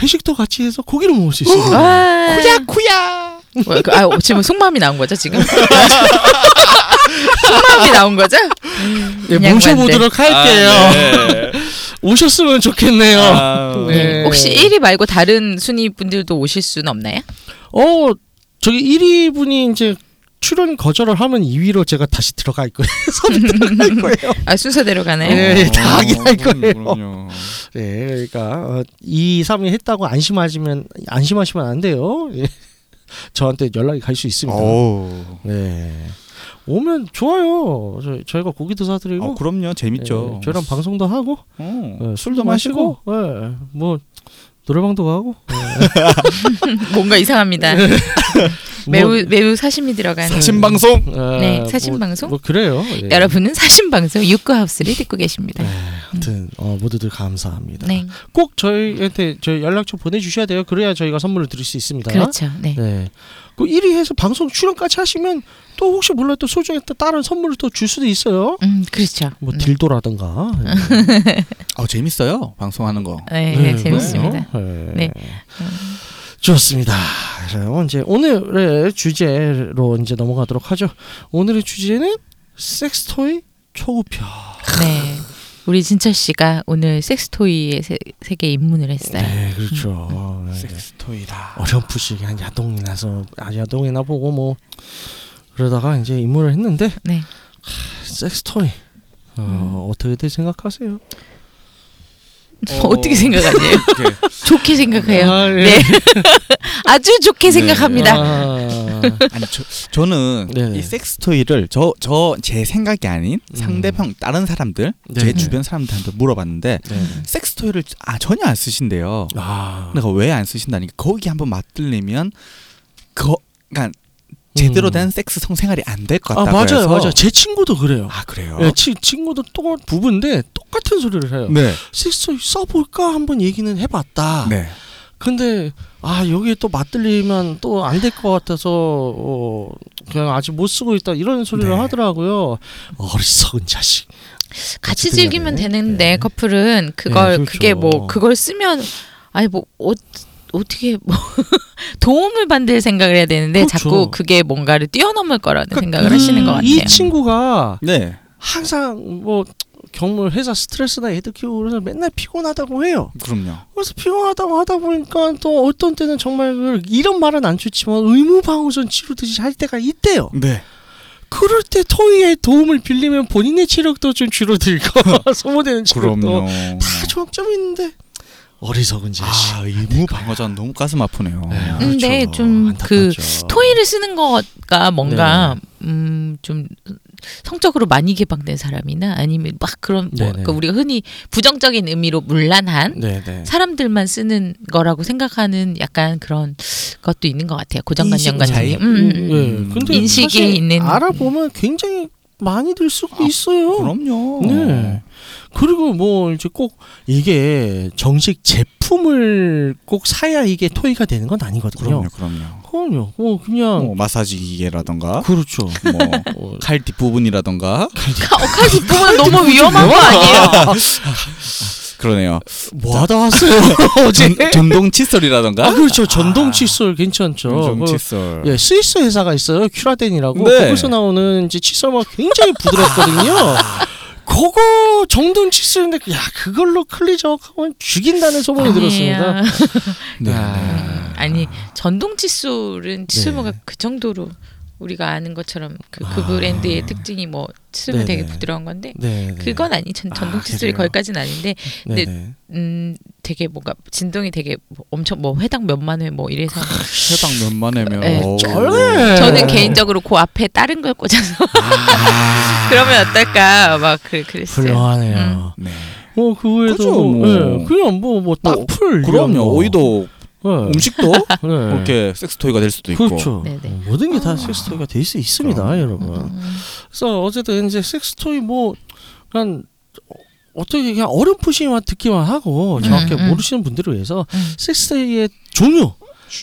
S3: 회식도 같이 해서 고기를 먹을 수 있습니다.
S4: 와.
S5: 쿠야.
S4: 뭐야, 그, 아 지금 속마음이 나온 거죠 지금? 속마음이 나온 거죠? 음,
S3: 예,
S4: 양반들.
S3: 모셔보도록 할게요.
S5: 네.
S3: 오셨으면 좋겠네요.
S5: 아,
S3: 네.
S4: 혹시 1위 말고 다른 순위 분들도 오실 수는 없나요?
S3: 어 저기 1위 분이 이제 출연 거절을 하면 2위로 제가 다시 들어갈 거예요. 선택할 거예요.
S4: 아 순서대로 가네.
S3: 네. 예, 다 확인할 거예요.
S5: 아, 그럼요.
S3: 예, 그러니까 어, 2, 3위 했다고 안심하시면 안심하시면 안 돼요. 예. 저한테 연락이 갈 수 있습니다.
S5: 어,
S3: 네. 오면 좋아요. 저, 저희가 고기도 사드리고
S5: 어, 그럼요. 재밌죠.
S3: 예, 저랑 방송도 하고
S5: 어.
S3: 예, 술도 마시고, 예, 뭐 노래방도 가고
S4: 음, 뭔가 이상합니다.
S3: 뭐,
S4: 매우 매우 사심이 들어가는
S5: 사신 방송.
S3: 예,
S4: 네, 사진 방송?
S3: 뭐, 뭐 그래요. 예.
S4: 여러분은 사심 방송 유쿠하우스를 듣고 계십니다.
S3: 아무튼 어, 모두들 감사합니다.
S4: 네,
S3: 꼭 저희한테 저희 연락처 보내주셔야 돼요. 그래야 저희가 선물을 드릴 수 있습니다.
S4: 그렇죠. 네.
S3: 네. 그 1위 해서 방송 출연까지 하시면 또 혹시 몰라 또 소중히 또 다른 선물을 또 줄 수도 있어요.
S4: 음, 그렇죠.
S3: 뭐
S4: 네.
S3: 딜도라든가.
S5: 어 재밌어요. 방송하는 거.
S4: 네,
S3: 네,
S4: 네, 재밌습니다.
S3: 그래요. 네.
S4: 네.
S3: 좋습니다. 그럼 이제 오늘의 주제로 이제 넘어가도록 하죠. 오늘의 주제는 섹스토이 초급편.
S4: 네, 우리 진철 씨가 오늘 섹스토이의 세, 세계에 입문을 했어요.
S3: 네, 그렇죠. 네.
S5: 섹스토이다.
S3: 어렴풋이 한 야동이 나서 아 야동이나 보고 뭐 그러다가 이제 입문을 했는데
S4: 네.
S3: 섹스토이 어,
S5: 음.
S3: 어떻게들 생각하세요?
S5: 어.
S4: 네. 어떻게 생각하세요?
S5: 이렇게
S4: 좋게 생각해요.
S3: 아, 예.
S4: 네, 아주 좋게
S5: 네.
S4: 생각합니다.
S3: 아,
S5: 아니 저, 저는
S3: 네네. 음.
S5: 이 섹스토이를 저 저 제 생각이 아닌 상대편 다른 사람들
S3: 네네.
S5: 제 주변 사람들한테 물어봤는데
S4: 음,
S3: 네.
S5: 섹스토이를 아 전혀 안 쓰신대요.
S3: 아,
S5: 내가 왜 안 쓰신다니까 거기 한번 맞들리면 그 그러니까 제대로 된 섹스 성생활이 안 될 것
S3: 음. 아
S5: 같다고
S3: 맞아요,
S5: 해서
S3: 맞아요. 제 친구도 그래요.
S5: 아 그래요?
S3: 예, 치, 친구도 똑 부부인데 똑같은 소리를 해요.
S5: 네.
S3: 섹스토이 써볼까 한번 얘기는 해봤다.
S5: 네.
S3: 근데 아 여기 또 맞들리면 또 안 될 것 같아서 어, 그냥 아직 못 쓰고 있다 이런 소리를
S5: 네.
S3: 하더라고요. 어리석은 자식.
S4: 같이
S3: 어쨌든 간에.
S4: 즐기면 되는데
S3: 네.
S4: 커플은 그걸
S3: 네, 그렇죠.
S4: 그게 뭐 그걸 쓰면 아니 뭐 어, 어떻게 뭐 도움을 받을 생각을 해야 되는데
S3: 그렇죠. 그러니까
S4: 자꾸 그게 뭔가를 뛰어넘을 거라는 생각을
S3: 이-
S4: 하시는 것 같아요.
S3: 그, 음, 이 친구가
S5: 네.
S3: 항상 뭐 경물 회사 스트레스나 애들 키우고 그래서 맨날 피곤하다고 해요.
S5: 그럼요.
S3: 그래서 피곤하다고 하다 보니까 또 어떤 때는 정말 그 이런 말은 안 좋지만 의무방어전 치료듯이 할 때가 있대요.
S5: 네.
S3: 그럴 때 토이의 도움을 빌리면 본인의 체력도 좀 줄어들고 소모되는 체력도
S5: 그럼요.
S3: 다 종합점이 있는데 어리석은 자식.
S5: 아, 의무 방어전 너무 가슴 아프네요.
S3: 네,
S4: 근데
S3: 그렇죠.
S4: 음, 좀 그
S3: 안타깝죠.
S4: 토의를 쓰는 거가 뭔가 음, 좀 성적으로 많이 개방된 사람이나 아니면 막 그런 뭐
S3: 네네.
S4: 그 우리가 흔히 부정적인 의미로 문란한
S3: 네네.
S4: 사람들만 쓰는 거라고 생각하는 약간 그런 것도 있는 것 같아요.
S5: 인식
S4: 고정관념 같은
S5: 차이?
S4: 게. 음, 음, 음.
S3: 예, 근데
S4: 인식이
S3: 사실
S4: 있는-
S3: 알아보면 굉장히 많이들 쓰고
S5: 아,
S3: 있어요.
S5: 그럼요.
S3: 네. 그리고 뭐 이제 꼭 이게 정식 제품을 꼭 사야 이게 토이가 되는 건 아니거든요.
S5: 그럼요. 그럼요.
S3: 그럼요. 뭐 그냥
S5: 뭐 마사지 기계라던가
S3: 그렇죠. 어,
S5: 뭐 칼 뒷부분이라던가
S4: 카- 어, 칼 뒷부분 너무 위험한 거 아니에요?
S5: 그러네요.
S3: 뭐 하다 왔어요 어제.
S5: 전, 전동 칫솔이라던가
S3: 아 그렇죠. 전동 칫솔 괜찮죠.
S5: 전동
S3: 그,
S5: 칫솔.
S3: 예, 스위스 회사가 있어요. 큐라덴이라고.
S5: 네.
S3: 거기서 나오는 이제 칫솔가 굉장히 부드럽거든요. 그거 정돈 칫솔인데 야 그걸로 클리적하면 죽인다는 소문이 들었습니다.
S4: 아니에요.
S5: 네.
S3: 아.
S4: 아니 전동 칫솔은 칫솔모가
S3: 네.
S4: 그 정도로 우리가 아는 것처럼 그, 그 브랜드의 특징이 뭐 칫솔모
S3: 네네.
S4: 되게 부드러운 건데
S3: 네. 네.
S4: 그건 아니 전
S3: 아,
S4: 전동 칫솔이
S3: 그래요?
S4: 거기까지는 아닌데
S3: 네.
S4: 네.
S3: 네.
S4: 음 되게 뭔가 진동이 되게 뭐 엄청 뭐 회당 몇만 회 뭐 이래서
S5: 해당 몇만
S4: 예.
S5: 해면
S3: 쩔네.
S4: 저는 개인적으로 그 앞에 다른 걸 꽂아서 그러면 어떨까 막 그, 그랬어요. 음.
S3: 훌륭하네요.
S5: 네.
S3: 뭐 그 외에도
S5: 그죠,
S3: 뭐,
S5: 뭐.
S3: 예, 그냥 뭐 뭐 딱풀
S5: 그럼요. 오이도 음식도 뭐
S3: 이렇게
S5: 이렇게 섹스 토이가 될 수도 있고.
S3: 네. 그렇죠.
S4: 네네. 아.
S3: 모든 게 다 섹스토이가 될 수 있습니다,
S5: 그럼.
S3: 여러분.
S4: 음,
S3: 그래서 어쨌든 이제 섹스토이 뭐 그냥 어떻게 그냥 어렴풋이만 듣기만 하고 정확히
S4: 음, 음.
S3: 모르시는 분들을 위해서
S4: 음.
S3: 섹스토이의 종류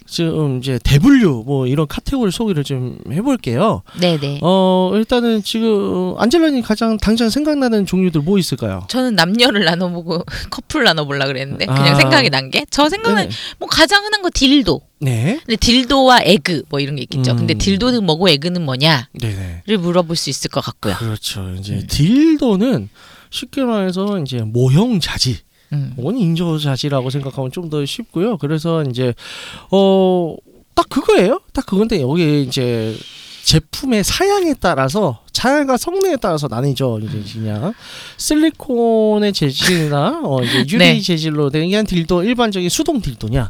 S3: 지금 이제 대분류 뭐 이런 카테고리 소개를 좀 해볼게요.
S4: 네네.
S3: 어 일단은 지금 안젤라님 가장 당장 생각나는 종류들 뭐 있을까요?
S4: 저는 남녀를 나눠보고 커플 나눠보려 그랬는데 그냥
S3: 아.
S4: 생각이 난 게 저 생각은 뭐 가장 흔한 거 딜도.
S3: 네.
S4: 근데 딜도와 에그 뭐 이런 게 있겠죠.
S3: 음.
S4: 근데 딜도는 뭐고 에그는 뭐냐를
S3: 네네.
S4: 물어볼 수 있을 것 같고요.
S3: 그렇죠. 이제
S4: 음.
S3: 딜도는 쉽게 말해서 이제 모형 자지
S4: 음.
S3: 혹은 인조 자지라고 생각하면 좀 더 쉽고요. 그래서 이제 어 딱 그거예요. 딱 그건데 여기 이제 제품의 사양에 따라서 사양과 성능에 따라서 나뉘죠. 이제 그냥 실리콘의 재질이나 어 이제 유리
S4: 네.
S3: 재질로 된 그냥 딜도 일반적인 수동 딜도냐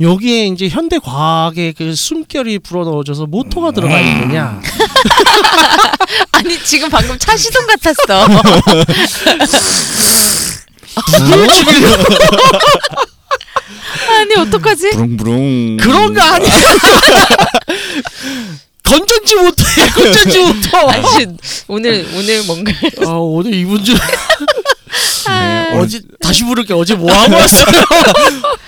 S3: 여기에 이제 현대 과학의 그 숨결이 불어넣어져서 모터가 들어가 있느냐
S4: 아니 지금 방금 차 시동 같았어. 아니 어떡하지?
S5: 부릉부릉.
S3: 그런 거 아니야. 건전지 못해. 건전지 못해.
S4: 아니 오늘 오늘 뭔가
S3: 아 오늘 이분 좀
S5: 네. 오늘
S3: 어제 음. 다시 부를게. 어제 뭐 하고 왔어?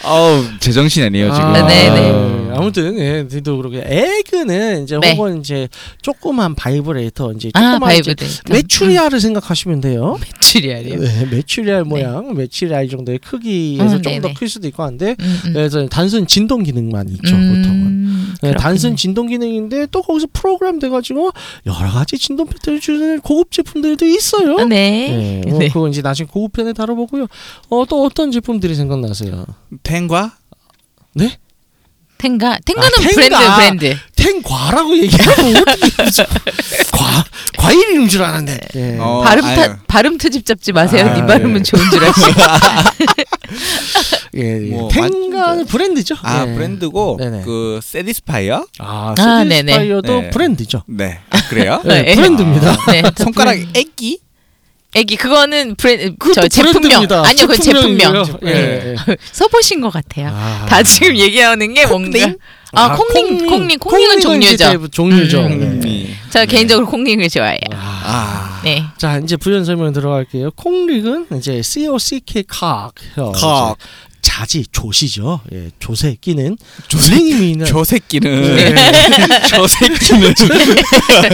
S5: 아우 제정신 아니에요 지금.
S3: 아,
S4: 네, 네.
S3: 아무튼 예, 도 그렇고 에그는 이제
S4: 네.
S3: 혹은 이제 조그만 바이브레이터 이제
S4: 아 음.
S3: 조그만 이제
S4: 바이브들 음.
S3: 메추리알을 생각하시면 돼요.
S4: 메추리알이요.
S3: 네, 메추리알 모양, 메추리알 정도의 크기에서
S4: 음,
S3: 조금
S4: 네네.
S3: 더 클 수도 있고 한데
S4: 음, 음.
S3: 그래서 단순 진동 기능만 있죠 네, 보통은.
S4: 음,
S3: 네,
S4: 그렇군요.
S3: 단순 진동 기능인데 또 거기서 프로그램 돼가지고 여러 가지 진동 패턴을 주는 고급 제품들도 있어요.
S4: 아, 네.
S3: 네, 뭐 그거 이제 나중에 고급 편에 다뤄보고요. 어, 또 어떤 제품들이 생각나세요?
S5: 아. 탱과
S3: 네?
S4: 텐가 텐가는
S3: 아, 텐가.
S4: 브랜드 브랜드.
S3: 탱과라고 얘기하고 어떻게 무슨 과 과일 이름 줄 아는데. 네.
S5: 어,
S4: 발음
S5: 아유.
S4: 타, 발음 트집 잡지 마세요.
S3: 아,
S4: 네 발음은
S5: 예.
S4: 좋은 줄 아시고.
S3: 예, 예.
S5: 뭐
S3: 탱과는 브랜드죠.
S5: 아
S3: 네.
S5: 브랜드고
S3: 네네.
S5: 그 세디스파이어?
S3: 아,
S4: 아,
S3: 아
S4: 네네.
S3: 스파이어도
S5: 네.
S3: 브랜드죠.
S5: 네. 아, 그래요?
S4: 네.
S3: 네, 브랜드입니다.
S4: 네.
S5: 손가락 애기?
S4: 애기 그거는 브랜드 저
S3: 그것도
S4: 제품명
S3: 브랜드입니다.
S4: 아니요 그 제품명
S3: 제품명이고요. 예, 예.
S4: 써보신 것 같아요.
S3: 아.
S4: 다 지금 얘기하는 게 뭔가 아 콩링 콩링 콩링은
S3: 이제
S4: 종류죠.
S3: 대부- 종류죠.
S4: 음,
S3: 네.
S5: 네.
S4: 저 개인적으로 콩링을 좋아해요.
S5: 아.
S4: 네.
S3: 자 이제 부연 설명 들어갈게요. 콩릭은 이제 C O C K 칵 어,
S5: 칵.
S3: 이제 자지 조시죠. 예, 조세 끼는 조링이는
S2: 저 새끼는
S3: 네. 저 새끼는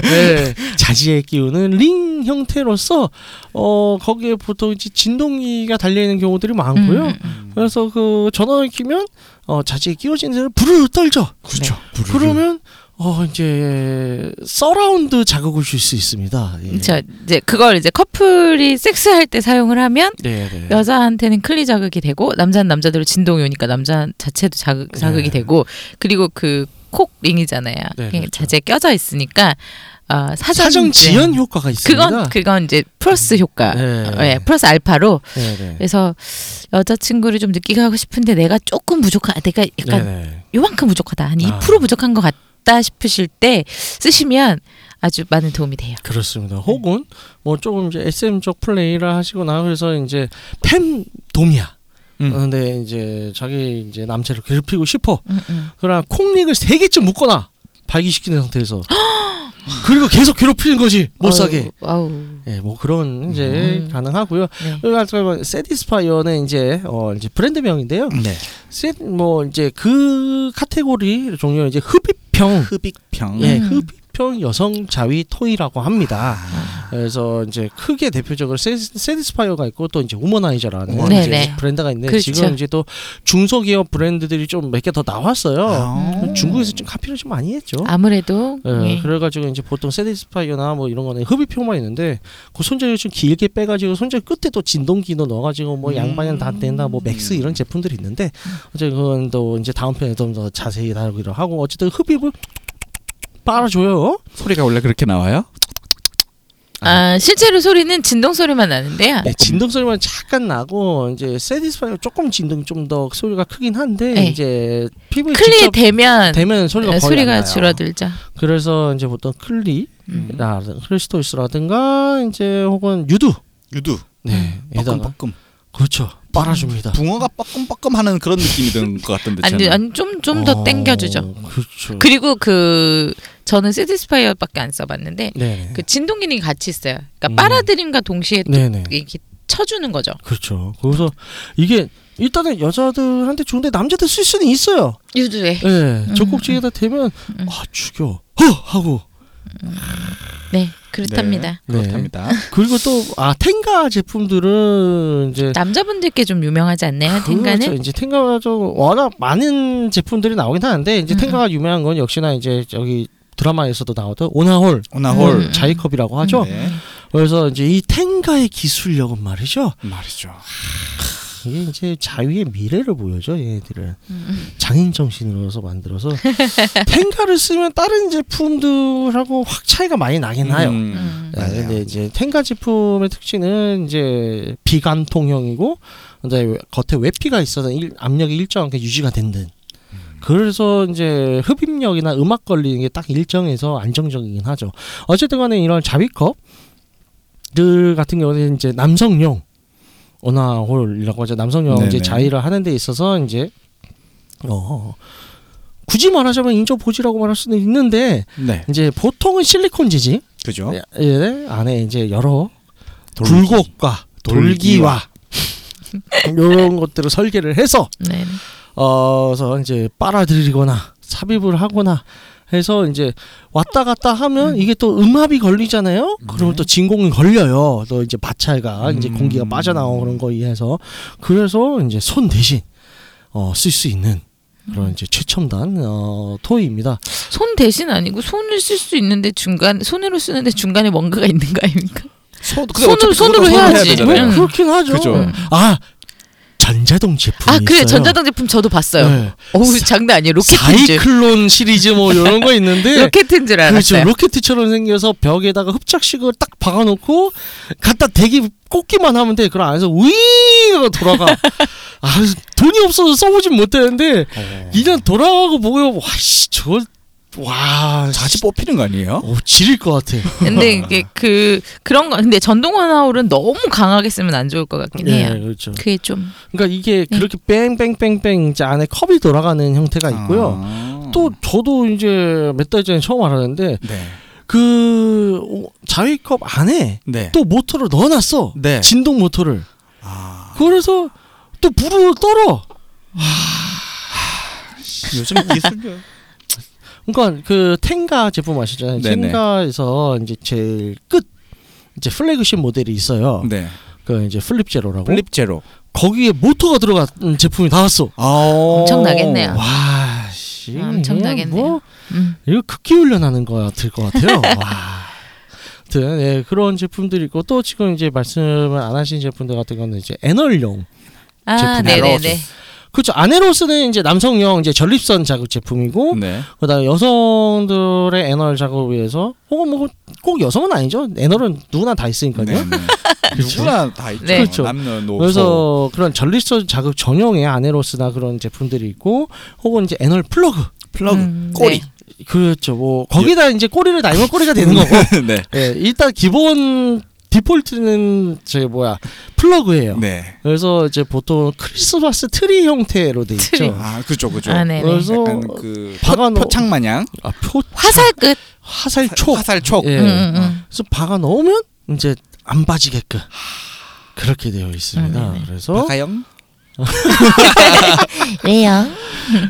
S3: 네, 자지에 끼우는 링 형태로서 어 거기에 보통 이제 진동기가 달려 있는 경우들이 많고요.
S4: 음,
S3: 그래서 그 전원을 끼면 어 자지에 끼워진 데를 부르르 떨죠.
S4: 그렇죠.
S3: 그러면 어 이제 서라운드 자극을 줄 수 있습니다. 예.
S4: 그렇죠. 이제 그걸 이제 커플이 섹스할 때 사용을 하면
S3: 네, 네.
S4: 여자한테는 클리 자극이 되고 남자는 남자대로 진동이 오니까 남자 자체도 자극 자극이
S3: 네.
S4: 되고 그리고 그 콕 링이잖아요.
S3: 네,
S4: 그게
S3: 그렇죠.
S4: 자제에 껴져 있으니까 어, 사전,
S3: 사정 지연 효과가 있습니다.
S4: 그건 그건 이제 플러스 효과.
S3: 네.
S4: 예, 플러스 알파로.
S3: 네, 네.
S4: 그래서 여자친구를 좀 느끼게 하고 싶은데 내가 조금 부족한, 아, 내가 약간
S3: 네네.
S4: 요만큼 부족하다. 한 2%
S3: 아.
S4: 부족한 것 같다 싶으실 때 쓰시면 아주 많은 도움이 돼요.
S3: 그렇습니다. 혹은 뭐 조금 이제 SM 쪽 플레이를 하시거나 그래서 이제 팬돔이야.
S2: 음.
S3: 근데 이제 자기 이제 남체를 괴롭히고 싶어.
S4: 음, 음.
S3: 그러나 콩릭을 세 개쯤 묶거나 발기시키는 상태에서 그리고 계속 괴롭히는 거지 못 사게.
S4: 아우. 아우.
S3: 예, 뭐 그런 이제
S4: 음.
S3: 가능하고요.
S4: 네.
S3: 그리고 아까 세디스파이어는 이제 어 이제 브랜드명인데요.
S5: 음.
S2: 네.
S3: 세- 뭐 이제 그 카테고리 종류 이제 흡입형
S2: 흡입형
S3: 예,
S4: 음.
S3: 흡입형 여성 자위 토이라고 합니다.
S4: 아.
S3: 그래서 이제 크게 대표적으로 세, 세디스파이어가 있고 또 이제 우머나이저라는
S4: 우머나이저.
S3: 이제
S4: 네네.
S3: 브랜드가 있는데
S4: 그렇죠.
S3: 지금 이제 또 중소기업 브랜드들이 좀 몇 개 더 나왔어요.
S2: 아.
S3: 중국에서 좀 카피를 좀 많이 했죠.
S4: 아무래도
S3: 예,
S4: 예.
S3: 그래가지고 이제 보통 세디스파이어나 뭐 이런 거는 흡입형만 있는데 그 손잡이를 좀 길게 빼가지고 손잡이 끝에 또 진동기도 넣어가지고 뭐 양방향 다
S4: 음.
S3: 된다 뭐 맥스 이런 제품들이 있는데 어제 그건 또 이제 다음 편에 좀 더 자세히 다루기로 하고 어쨌든 흡입을 빨아줘요.
S2: 어. 소리가 원래 그렇게 나와요?
S4: 아, 실제로 소리는 진동 소리만 나는데요.
S3: 네, 진동 소리만 잠깐 나고 이제 세디스파이어 조금 진동이 좀 더 소리가 크긴 한데
S4: 네.
S3: 이제 피부에
S4: 클리에
S3: 직접
S4: 대면
S3: 대면 소리가
S4: 예,
S3: 거의 안
S4: 소리가
S3: 나요.
S4: 줄어들죠.
S3: 그래서 이제 보통 클리,
S4: 음.
S3: 나 크리스토이스라든가 이제 혹은 유두
S2: 유두
S3: 네,
S4: 음,
S3: 에다가
S2: 뻐끔뻐끔
S3: 그렇죠. 빨아줍니다.
S2: 붕어가 뻐끔뻐끔하는 그런 느낌이 드는 것 같던데
S4: 아니,
S2: 저는.
S4: 아니 좀좀 더
S3: 어,
S4: 땡겨주죠.
S3: 그렇죠.
S4: 그리고 그 저는 세디스파이어밖에 안 써봤는데
S3: 네.
S4: 그 진동기능이 같이 있어요. 그러니까
S3: 음.
S4: 빨아들임과 동시에 또
S3: 네네.
S4: 이렇게 쳐주는 거죠.
S3: 그렇죠. 그래서 이게 일단은 여자들한테 좋은데 남자들 쓸 수는 있어요.
S4: 유두에.
S3: 예. 젖꼭지에다 대면
S4: 네. 음.
S3: 아 죽여. 허 하고
S4: 네, 그렇답니다.
S3: 네.
S2: 그렇답니다.
S3: 그리고 또 아 텐가 제품들은 이제
S4: 남자분들께 좀 유명하지 않나요?
S3: 네. 그렇죠.
S4: 텐가는?
S3: 이제 텐가가 좀 워낙 많은 제품들이 나오긴 하는데 이제
S4: 음.
S3: 텐가가 유명한 건 역시나 이제 저기 드라마에서도 나오던 오나홀
S2: 오나홀
S4: 음.
S3: 자이컵이라고 하죠.
S2: 네.
S3: 그래서 이제 이 텐가의 기술력은 말이죠.
S2: 말이죠.
S3: 이게 이제 자유의 미래를 보여줘 얘네들은
S4: 음.
S3: 장인 정신으로서 만들어서 텐가를 쓰면 다른 제품들하고 확 차이가 많이 나긴 해요.
S4: 음.
S3: 아,
S2: 맞아요.
S3: 근데 이제 텐가 제품의 특징은 이제 비관 통형이고 근데 겉에 외피가 있어서 일- 압력이 일정하게 유지가
S2: 음.
S3: 된다. 그래서 이제 흡입력이나 음악 걸리는 게 딱 일정해서 안정적이긴 하죠. 어쨌든 간에 이런 자비컵들 같은 경우는 이제 남성용 어나홀이라고 하죠. 남성용 이제
S2: 네네.
S3: 자위를 하는 데 있어서 이제 어 굳이 말하자면 인조 보지라고 말할 수는 있는데
S2: 네.
S3: 이제 보통은 실리콘 재질
S2: 그죠?
S3: 예, 예, 안에 이제 여러
S2: 어? 돌기.
S3: 굴곡과
S2: 돌기와.
S3: 돌기와 이런 것들을 설계를 해서
S4: 네.
S3: 어서 이제 빨아들이거나 삽입을 하거나 해서 이제 왔다 갔다 하면 이게 또 음압이 걸리잖아요. 그러면 또 진공이 걸려요. 또 이제 마찰과 이제
S2: 네. 음.
S3: 공기가 빠져나오고 그런 거에 의해서 그래서 이제 손 대신 어, 쓸 수 있는 그런 이제 최첨단 어, 토이입니다.
S4: 손 대신 아니고 손을 쓸 수 있는데 중간 손으로 쓰는데 중간에 뭔가가 있는 거 아닙니까?
S2: 손,
S4: 손으로-
S2: 어차피
S4: 손으로
S2: 그거
S4: 해야지.
S2: 되잖아요.
S3: 뭐
S4: 음.
S3: 그렇긴 하죠.
S2: 그죠.
S4: 음.
S3: 아 전자동 제품이
S4: 아 그래
S3: 있어요.
S4: 전자동 제품 저도 봤어요.
S3: 네.
S4: 어우
S3: 사-
S4: 장난 아니에요. 로켓인 줄
S3: 사이클론 시리즈 뭐 이런 거 있는데
S4: 로켓인 네, 줄
S3: 그렇죠
S4: 알았어요.
S3: 로켓처럼 생겨서 벽에다가 흡착식을 딱 박아놓고 갖다 대기 꽂기만 하면 돼 그럼 안에서 우이 돌아가 아 돈이 없어서 써보진 못되는데
S4: 어.
S3: 그냥 돌아가고 보고 와씨 저걸 와
S2: 자지 뽑히는 거 아니에요?
S3: 오 지릴 것 같아
S4: 근데 이게 그 그런 거 근데 전동 원하울은 너무 강하게 쓰면 안 좋을 것 같긴
S3: 예
S4: 해요.
S3: 그렇죠
S4: 그게 좀
S3: 그러니까 이게
S4: 네.
S3: 그렇게 뺑뺑뺑뺑 이제 안에 컵이 돌아가는 형태가 있고요
S2: 아.
S3: 또 저도 이제 몇 달 전에 처음 알았는데
S2: 네.
S3: 그 오- 자위컵 안에
S2: 네.
S3: 또 모터를 넣어놨어
S2: 네.
S3: 진동 모터를
S2: 아.
S3: 그래서 또 불을 떨어
S2: 요즘 기술
S3: 그러니까 그 텐가 제품 아시잖아요.
S2: 네네.
S3: 텐가에서 이제 제일 끝 이제 플래그십 모델이 있어요.
S2: 네
S3: 그 이제 플립 제로라고.
S2: 플립 제로
S3: 거기에 모터가 들어간 제품이 나왔어.
S2: 아.
S4: 엄청나겠네요.
S3: 와, 씨.
S4: 아, 엄청나겠네요.
S3: 뭐
S4: 음.
S3: 이거 극기 훈련하는 거 될 것 같아요. 와. 아무튼 예, 그런 제품들이 있고 또 지금 이제 말씀을 안 하신 제품들 같은 경우는 이제 애널용
S4: 아,
S3: 제품
S4: 네네네.
S3: 그렇죠 아네로스는 이제 남성용 이제 전립선 자극 제품이고
S2: 네
S3: 그다음 에 여성들의 애널 작업을 위해서 혹은 뭐 꼭 여성은 아니죠 애널은 누구나 다 있으니까요
S2: 네, 네. 누구나 다 있죠
S4: 네.
S3: 그렇죠.
S2: 남녀노소
S5: 뭐
S3: 그래서 그런 전립선 자극 전용의 아네로스나 그런 제품들이 있고 혹은 이제 애널 플러그
S2: 플러그
S4: 음,
S2: 꼬리
S3: 그렇죠 뭐 거기다 이제 꼬리를 달면 꼬리가 되는 거고
S2: 네.
S3: 예, 일단 기본 디폴트는 제 뭐야 플러그예요.
S2: 네.
S3: 그래서 이제 보통 크리스마스 트리 형태로 돼 있죠.
S4: 트리.
S2: 아 그죠 그죠.
S4: 네. 아, 네네.
S3: 그래서
S2: 약간 그
S3: 박아놓-
S2: 포, 창 마냥
S3: 아, 표
S4: 화살 끝.
S3: 화살 촉.
S2: 화살촉.
S3: 예.
S4: 음, 음, 음.
S3: 그래서 박아 넣으면 이제 안 빠지게끔 그렇게 되어 있습니다.
S4: 음, 네.
S3: 그래서
S2: 박하영.
S4: 왜요?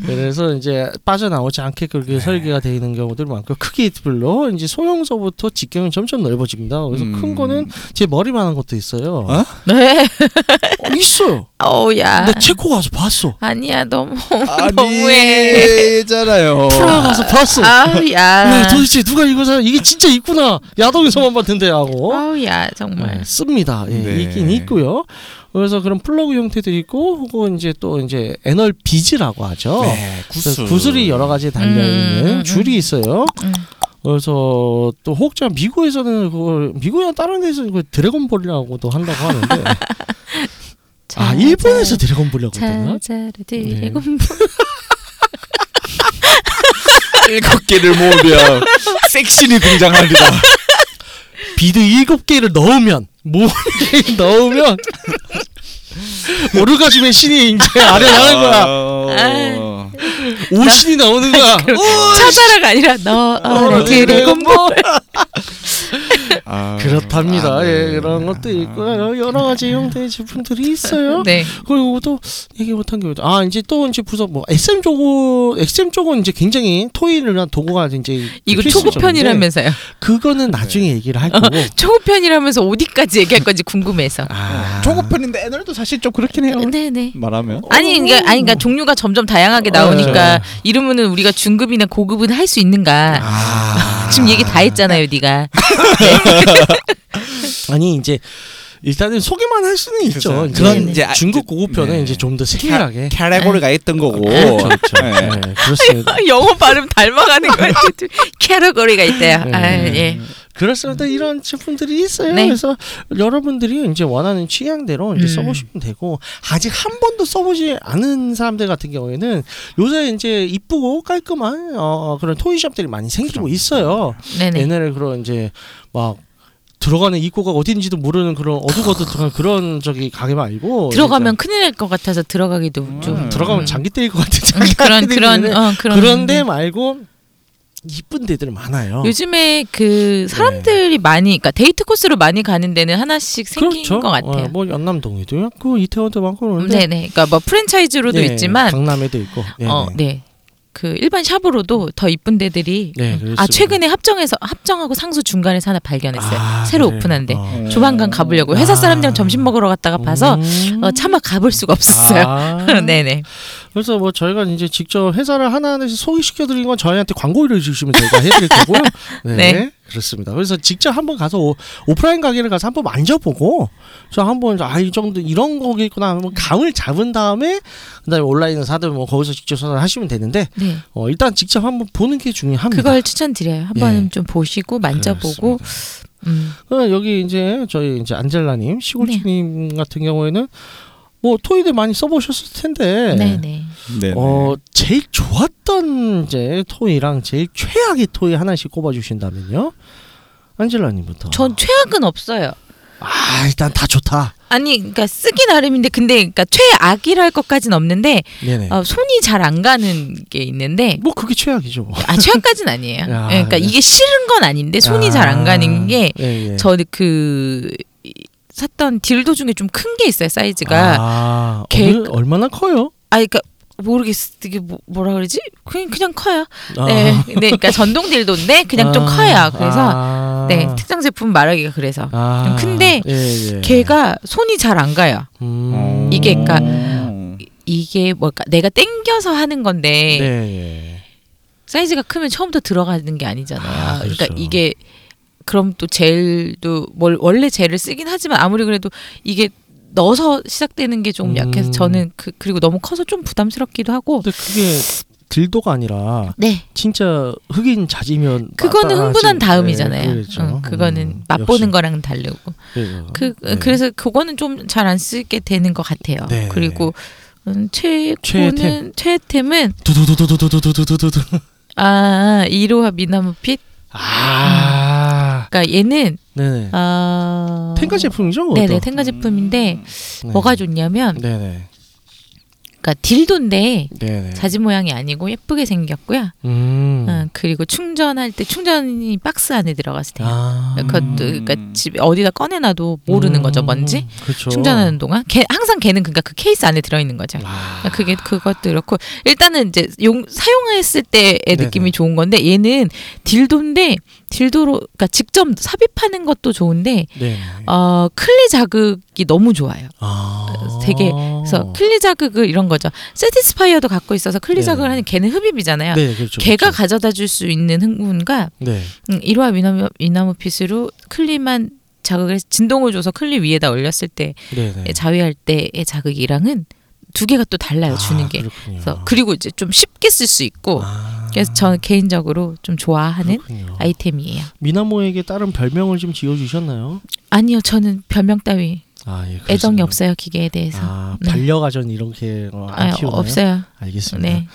S3: 그래서 이제 빠져나오지 않게 그렇게 설계가 되어 있는 경우들이 많고 크기별로 이제 소형서부터 직경이 점점 넓어집니다. 그래서 큰
S2: 음.
S3: 거는 제 머리만한 것도 있어요.
S2: 어?
S4: 네.
S3: 어, 있어요.
S4: 어우야.
S3: 근데 체코 가서 봤어.
S4: 아니야 너무 너무해.
S2: 아니잖아요.
S3: 프라하 가서 봤어. 네,
S4: 아우야.
S3: 도대체 누가 이거 사 이게 진짜 있구나 야동에서만 봤는데 하고
S4: 아우야
S3: 네,
S4: 정말.
S3: 씁니다. 예,
S2: 네.
S3: 있긴 있고요. 그래서 그런 플러그 형태도 있고 혹은 이제 또 이제 에널 비즈라고 하죠.
S2: 네,
S3: 그래서
S2: 구슬.
S3: 구슬이 여러 가지 달려 있는
S4: 음, 음, 음.
S3: 줄이 있어요.
S4: 음.
S3: 그래서 또 혹자 미국에서는 그걸 미국이나 다른 데서 그 드래곤볼이라고도 한다고 하는데 아 일본에서 드래곤볼이라고 했나?
S4: 찾아라
S3: 네.
S4: 드래곤
S2: 일곱 개를 모으면 섹시를 공장합니다.
S3: 비드 일곱 개를 넣으면 뭐 넣으면 오르가즘의 신이 이제 아련하는 거야.
S4: 아.
S2: 거야.
S3: 오신이 나오는 거야.
S4: 찾아라가 아니라 너
S3: 어,
S4: 어라 드래곤볼
S2: 아,
S3: 그렇답니다.
S2: 아, 네.
S3: 예, 그런 것도 있고요. 여러 가지 형태의 제품들이 있어요.
S4: 네
S3: 그리고 또 얘기 못한 게 뭐죠? 아 이제 또 이제 부서 뭐 SM 쪽은 SM 쪽은 이제 굉장히 토이를 한 도구가 이제
S4: 이거
S3: 필수적인데
S4: 초급편이라면서요
S3: 그거는 나중에
S2: 네.
S3: 얘기를 할 거고.
S4: 초급편이라면서 어디까지 얘기할 건지 궁금해서
S3: 아, 어?
S2: 초급편인데 애널도 사실 좀 그렇긴 해요.
S4: 네네
S2: 말하면.
S4: 아니 그러니까 아니 그러니까 종류가 점점
S3: 어,
S4: 다양하게
S3: 네.
S4: 나오니까 이러면은 우리가 중급이나 고급은 할 수 있는가
S3: 아.
S4: 지금 얘기 다 했잖아요 네가
S3: 아니 이제 일단은 소개만 할 수는 있죠.
S2: 그래서
S3: 이제
S2: 그런
S4: 네.
S2: 이제 아-
S3: 중국 고급편은
S2: 네.
S3: 이제 좀 더 세밀하게.
S2: 캐레고리가 있던 거고.
S3: 그렇죠, 그렇죠.
S2: 네.
S3: 네, 그렇습니다.
S4: 영어 발음 닮아가는 거 같아 캐러거리가 있대요
S3: 네.
S4: 아예
S3: 그렇습니다. 이런 제품들이 있어요.
S4: 네.
S3: 그래서 여러분들이 이제 원하는 취향대로 이제
S4: 음.
S3: 써보시면 되고 아직 한 번도 써보지 않은 사람들 같은 경우에는 요새 이제 이쁘고 깔끔한 어, 그런 토이샵들이 많이 생기고 있어요.
S4: 네네
S3: 옛날에 그런 이제 막 들어가는 입구가 어딘지도 모르는 그런 어둑어둑한 그런 저기 가게 말고
S4: 아. 들어가면 큰일 날 것 같아서 들어가기도 좀
S3: 일단 들어가면
S4: 음.
S3: 장기 때릴 것 같은
S4: 음,
S3: 장기
S4: 그런
S3: 때리는
S4: 그런 어, 그런
S3: 그런데 뭐. 말고 이쁜 데들 많아요.
S4: 요즘에
S3: 네.
S4: 그 사람들이 많이 그러니까 데이트 코스로 많이 가는 데는 하나씩 생긴
S3: 그렇죠.
S4: 것 같아요.
S3: 어, 뭐 연남동에도 있고 이태원도 많고 그런데
S4: 네네. 그러니까 뭐 프랜차이즈로도
S3: 예,
S4: 있지만
S3: 강남에도 있고. 네,
S4: 어
S3: 네.
S4: 네. 그 일반 샵으로도 더 이쁜 데들이
S3: 네,
S4: 아
S3: 그렇습니다.
S4: 최근에 합정에서 합정하고 상수 중간에서 하나 발견했어요.
S3: 아,
S4: 새로
S3: 그래요?
S4: 오픈한데
S3: 어. 아.
S4: 조만간 가보려고 회사 사람들이랑 점심 먹으러 갔다가 봐서
S3: 음.
S4: 어, 차마 가볼 수가 없었어요.
S3: 아.
S4: 네네.
S3: 그래서 뭐 저희가 이제 직접 회사를 하나하나씩 소개시켜 드린 건 저희한테 광고를 주시면 저희가 해드릴 거고요. 네,
S4: 네.
S3: 그렇습니다. 그래서 직접 한번 가서 오, 오프라인 가게를 가서 한번 만져보고 저 한번 아이 정도 이런 거겠구나 하면 뭐 감을 잡은 다음에 그다음에 온라인에 사든 뭐 거기서 직접 선을 하시면 되는데
S4: 네.
S3: 어, 일단 직접 한번 보는 게 중요합니다. 예.
S4: 그걸 추천드려요. 한번 좀 보시고 만져보고 음.
S3: 어, 여기 이제 저희 이제 안젤라님, 시골주님
S4: 네.
S3: 같은 경우에는 뭐 토이들 많이 써보셨을 텐데,
S4: 네네.
S2: 네.
S3: 어 제일 좋았던 이제 토이랑 제일 최악의 토이 하나씩 꼽아주신다면요, 안젤라님부터.
S4: 전 최악은 없어요.
S3: 아 일단 다 좋다.
S4: 아니 그러니까 쓰기 나름인데 근데 그러니까 최악이랄 것까진 없는데
S3: 네네.
S4: 어, 손이 잘 안 가는 게 있는데
S3: 뭐 그게 최악이죠. 뭐.
S4: 아 최악까진 아니에요.
S3: 야,
S4: 예, 그러니까
S3: 네.
S4: 이게 싫은 건 아닌데 손이 잘 안 가는 게
S3: 예, 예.
S4: 저는 그 이- 샀던 딜도 중에 좀 큰 게 있어요 사이즈가
S3: 아,
S4: 개-
S3: 어느- 얼마나 커요?
S4: 아니 그러니까 모르겠어. 이게 뭐, 뭐라 그러지? 그냥 그냥 커요.
S3: 아.
S4: 네. 네. 그러니까 전동 딜도인데 그냥 좀
S3: 아,
S4: 커요. 그래서
S3: 아.
S4: 네. 특정 제품 말하기가 그래서.
S3: 아.
S4: 큰데
S3: 예, 예.
S4: 걔가 손이 잘 안 가요.
S3: 음.
S4: 이게 그러니까
S5: 어.
S4: 이게 뭘까? 내가 땡겨서 하는 건데
S3: 네. 예.
S4: 사이즈가 크면 처음부터 들어가는 게 아니잖아요.
S3: 아, 그렇죠.
S4: 그러니까 이게 그럼 또 젤도 뭘 원래 젤을 쓰긴 하지만 아무리 그래도 이게 넣어서 시작되는 게 좀
S3: 음.
S4: 약해서 저는 그, 그리고 너무 커서 좀 부담스럽기도 하고
S3: 근데 그게 딜도가 아니라
S4: 네
S3: 진짜 흑인 자지면
S4: 그거는
S3: 마땅하지.
S4: 흥분한
S3: 네,
S4: 다음이잖아요.
S3: 그렇죠.
S4: 응, 그거는
S3: 음,
S4: 맛보는
S3: 역시.
S4: 거랑 다르고
S3: 예, 예.
S4: 그
S3: 네.
S4: 그래서 그거는 좀 잘 안 쓰게 되는 것 같아요.
S3: 네,
S4: 그리고 음, 최고는
S3: 최애템.
S4: 최애템은
S3: 두두두두두두두두두두
S4: 아 이로하 미나무 핏.
S3: 아
S4: 그러니까 얘는
S3: 네네
S4: 아
S3: 탱가 제품이죠? 그것도?
S4: 네네 탱가 제품인데
S3: 네.
S4: 뭐가 좋냐면
S3: 네네
S4: 그러니까 딜도인데
S3: 네네
S4: 자지 모양이 아니고 예쁘게 생겼고요.
S3: 음.
S4: 어, 그리고 충전할 때 충전이 박스 안에 들어가서 돼요.
S3: 아
S4: 그것도 그러니까 집에 어디다 꺼내놔도 모르는
S3: 음.
S4: 거죠 뭔지
S3: 그렇죠.
S4: 충전하는 동안 걔 항상 걔는 그러니까 그 케이스 안에 들어있는 거죠.
S3: 아.
S4: 그러니까 그게 그것도 그렇고 일단은 이제 용 사용했을 때의
S3: 네네.
S4: 느낌이 좋은 건데 얘는 딜도인데 딜도로 그러니까 직접 삽입하는 것도 좋은데
S3: 네.
S4: 어 클리 자극이 너무 좋아요.
S3: 아.
S4: 되게 그래서 클리 자극을 이런 거죠. 세티스파이어도 갖고 있어서 클리
S3: 네네.
S4: 자극을 하는 걔는 흡입이잖아요.
S3: 네, 그렇죠.
S4: 걔가
S3: 그렇죠.
S4: 가져다 줄 수 있는 흥분과
S3: 네.
S4: 음, 일화 미나무, 미나무 핏으로 클리만 자극을 해서 진동을 줘서 클리 위에다 올렸을 때
S3: 네, 네.
S4: 자위할 때의 자극이랑은 두 개가 또 달라요 주는 게.
S3: 아, 그렇군요.
S4: 그래서 그리고 이제 좀 쉽게 쓸 수 있고
S3: 아.
S4: 그래서 저는 개인적으로 좀 좋아하는
S3: 그렇군요.
S4: 아이템이에요.
S3: 미나모에게 다른 별명을 좀 지어 주셨나요?
S4: 아니요 저는 별명 따위
S3: 아, 예. 그렇습니다.
S4: 애정이 없어요 기계에 대해서.
S3: 아,
S4: 네.
S3: 반려가전 이렇게 어, 안
S4: 아,
S3: 키우나요?
S4: 없어요.
S3: 알겠습니다.
S4: 네.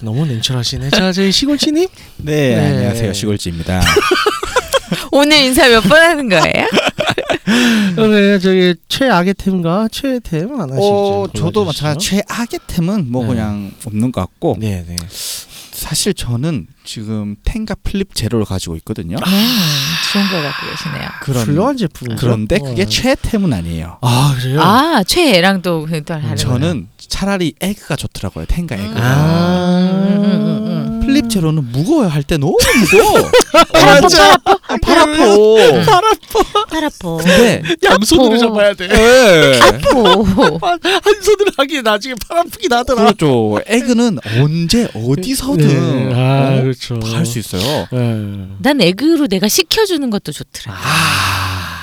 S3: 너무 냉철하시네. 자, 저희 시골치님.
S5: 네,
S3: 네.
S5: 안녕하세요 시골지입니다.
S4: 오늘 인사 몇 번 하는 거예요?
S3: 음, 오늘 저희 최악의 템과 최애 템 하나씩.
S5: 어, 저도 마찬가지 최악의 템은 뭐
S3: 네.
S5: 그냥 없는 것 같고
S3: 네, 네.
S5: 사실 저는 지금 텐가 플립 제로를 가지고 있거든요.
S4: 아, 좋은 거 갖고 계시네요.
S5: 그런-
S3: 훌륭한 어. 제품.
S5: 그런데 그게 최템은 아니에요.
S3: 아, 그래요?
S4: 아 최애랑도 또
S3: 음,
S4: 다른 거예요.
S5: 저는 차라리 에그가 좋더라고요. 텐가 에그. 가
S3: 아.
S4: 음, 음, 음,
S5: 플립 제로는 무거워요 할 때 너무 무거워.
S3: 맞아.
S5: 파라포.
S4: 파라포.
S5: 근데
S3: 양손으로 잡아야 돼.
S5: 예.
S4: 오.
S3: 한 손으로 하기에 나중에 팔 아프긴 하더라.
S5: 그렇죠. 에그는 언제 어디서든
S3: 네. 아,
S5: 어?
S3: 그렇죠.
S5: 다 할 수 있어요.
S3: 네.
S4: 난 에그로 내가 시켜주는 것도 좋더라.
S5: 아.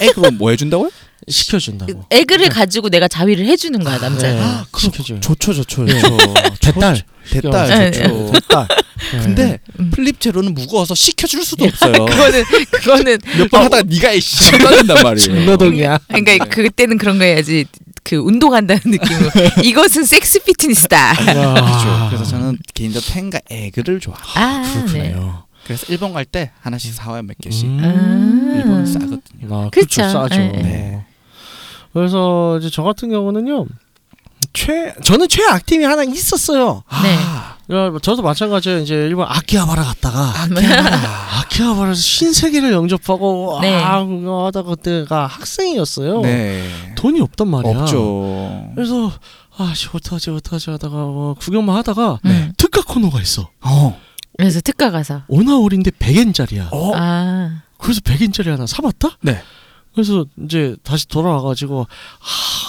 S5: 에그가 뭐 해준다고요?
S3: 시켜준다고.
S4: 에그를 가지고 내가 자위를 해주는 거야 남자.
S3: 네.
S4: 는
S3: 시켜줘요.
S5: 좋죠, 좋죠, 좋죠. 대딸,
S4: 네,
S5: 대딸 좋죠.
S3: 됐다. 네.
S5: 근데
S4: 음.
S5: 플립 제로는 무거워서 시켜줄 수도 없어요.
S4: 그거는 그거는
S5: 몇
S3: 아,
S5: 번 하다가 네가 이씨 빠진단 말이에요.
S3: 진노동이야.
S4: 그러니까 그때는 그런 거 해야지 그 운동한다는 느낌으로 이것은 섹스 피트니스다.
S5: 그렇죠. 그래서 저는 개인적으로 텐가 에그를 좋아.
S4: 아 네.
S5: 그래서 일본 갈 때 하나씩 사와요 몇 개씩.
S4: 음.
S5: 일본은 싸거든요.
S3: 아,
S4: 그쵸.
S3: 그렇죠. 싸죠.
S4: 네.
S5: 네.
S3: 그래서 이제 저 같은 경우는요. 최 저는 최악 팀이 하나 있었어요.
S4: 네.
S3: 아. 야, 저도 마찬가지예요. 이제 일본 아키하바라 갔다가
S4: 음.
S5: 아키하바라.
S3: 아키하바라에서 신세계를 영접하고
S4: 네.
S3: 아 그거 하다 그때가 학생이었어요.
S5: 네.
S3: 돈이 없단 말이야.
S5: 없죠.
S3: 그래서 아씨 어떡하지 어떡하지 하다가 어, 구경만 하다가
S4: 음.
S3: 특가 코너가 있어.
S5: 어.
S4: 그래서 특가 가서.
S3: 오나홀인데 100엔짜리야.
S5: 어.
S4: 아.
S3: 그래서 100엔짜리 하나 사봤다?
S5: 네.
S3: 그래서 이제 다시 돌아와가지고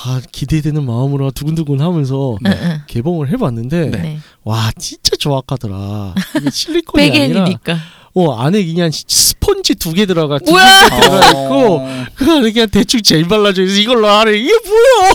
S3: 아 기대되는 마음으로 두근두근 하면서
S4: 응, 응.
S3: 개봉을 해봤는데
S5: 네.
S4: 네.
S3: 와 진짜 조악하더라. 이게 실리콘이 아니라
S4: 백엔이니까.
S3: 어 안에 그냥 스펀지 두 개 들어가 두
S4: 우와!
S3: 개씩 들어가 있고 그거 안에 그냥 대충 제일 발라져 있어 이걸로 하래 이게 뭐야?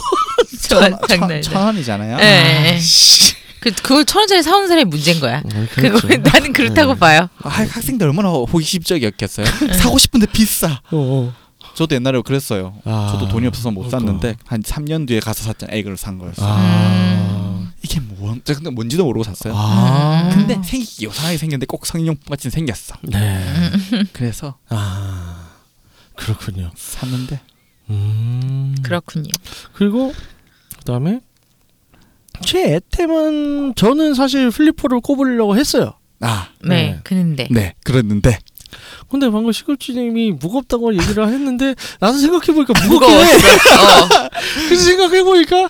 S4: 저 장난.
S5: 천 원이잖아요.
S4: 예.
S3: 씨.
S4: 그 그걸 천 원짜리 사온 사람이 문제인 거야. 그거
S3: 그렇죠.
S4: 나는 그렇다고 봐요.
S5: 아, 학생들 얼마나 호기심적이었겠어요.
S4: 네.
S5: 사고 싶은데 비싸.
S3: 어, 어.
S5: 저도 옛날에 그랬어요.
S3: 아,
S5: 저도 돈이 없어서 못
S3: 그러니까.
S5: 샀는데 한 3년 뒤에 가서 샀던 에그를 산 거였어요.
S4: 음.
S3: 아,
S5: 이게 뭐, 저 근데 뭔지도 모르고 샀어요.
S3: 아,
S5: 근데 생기기 요상하게 생겼는데 꼭 성인용품 같이 생겼어.
S4: 음.
S3: 네,
S5: 그래서
S3: 아 그렇군요.
S5: 샀는데
S3: 음,
S4: 그렇군요.
S3: 그리고 그다음에 제 애템은 저는 사실 플리퍼를 꼽으려고 했어요.
S5: 아,
S4: 네.
S3: 네.
S4: 그런데.
S5: 네, 그랬는데
S3: 근데 방금 시골주님이 무겁다고 얘기를 했는데 나도 생각해보니까 무겁긴
S4: 무거워.
S3: 해.
S4: 어.
S3: 그래서 생각해보니까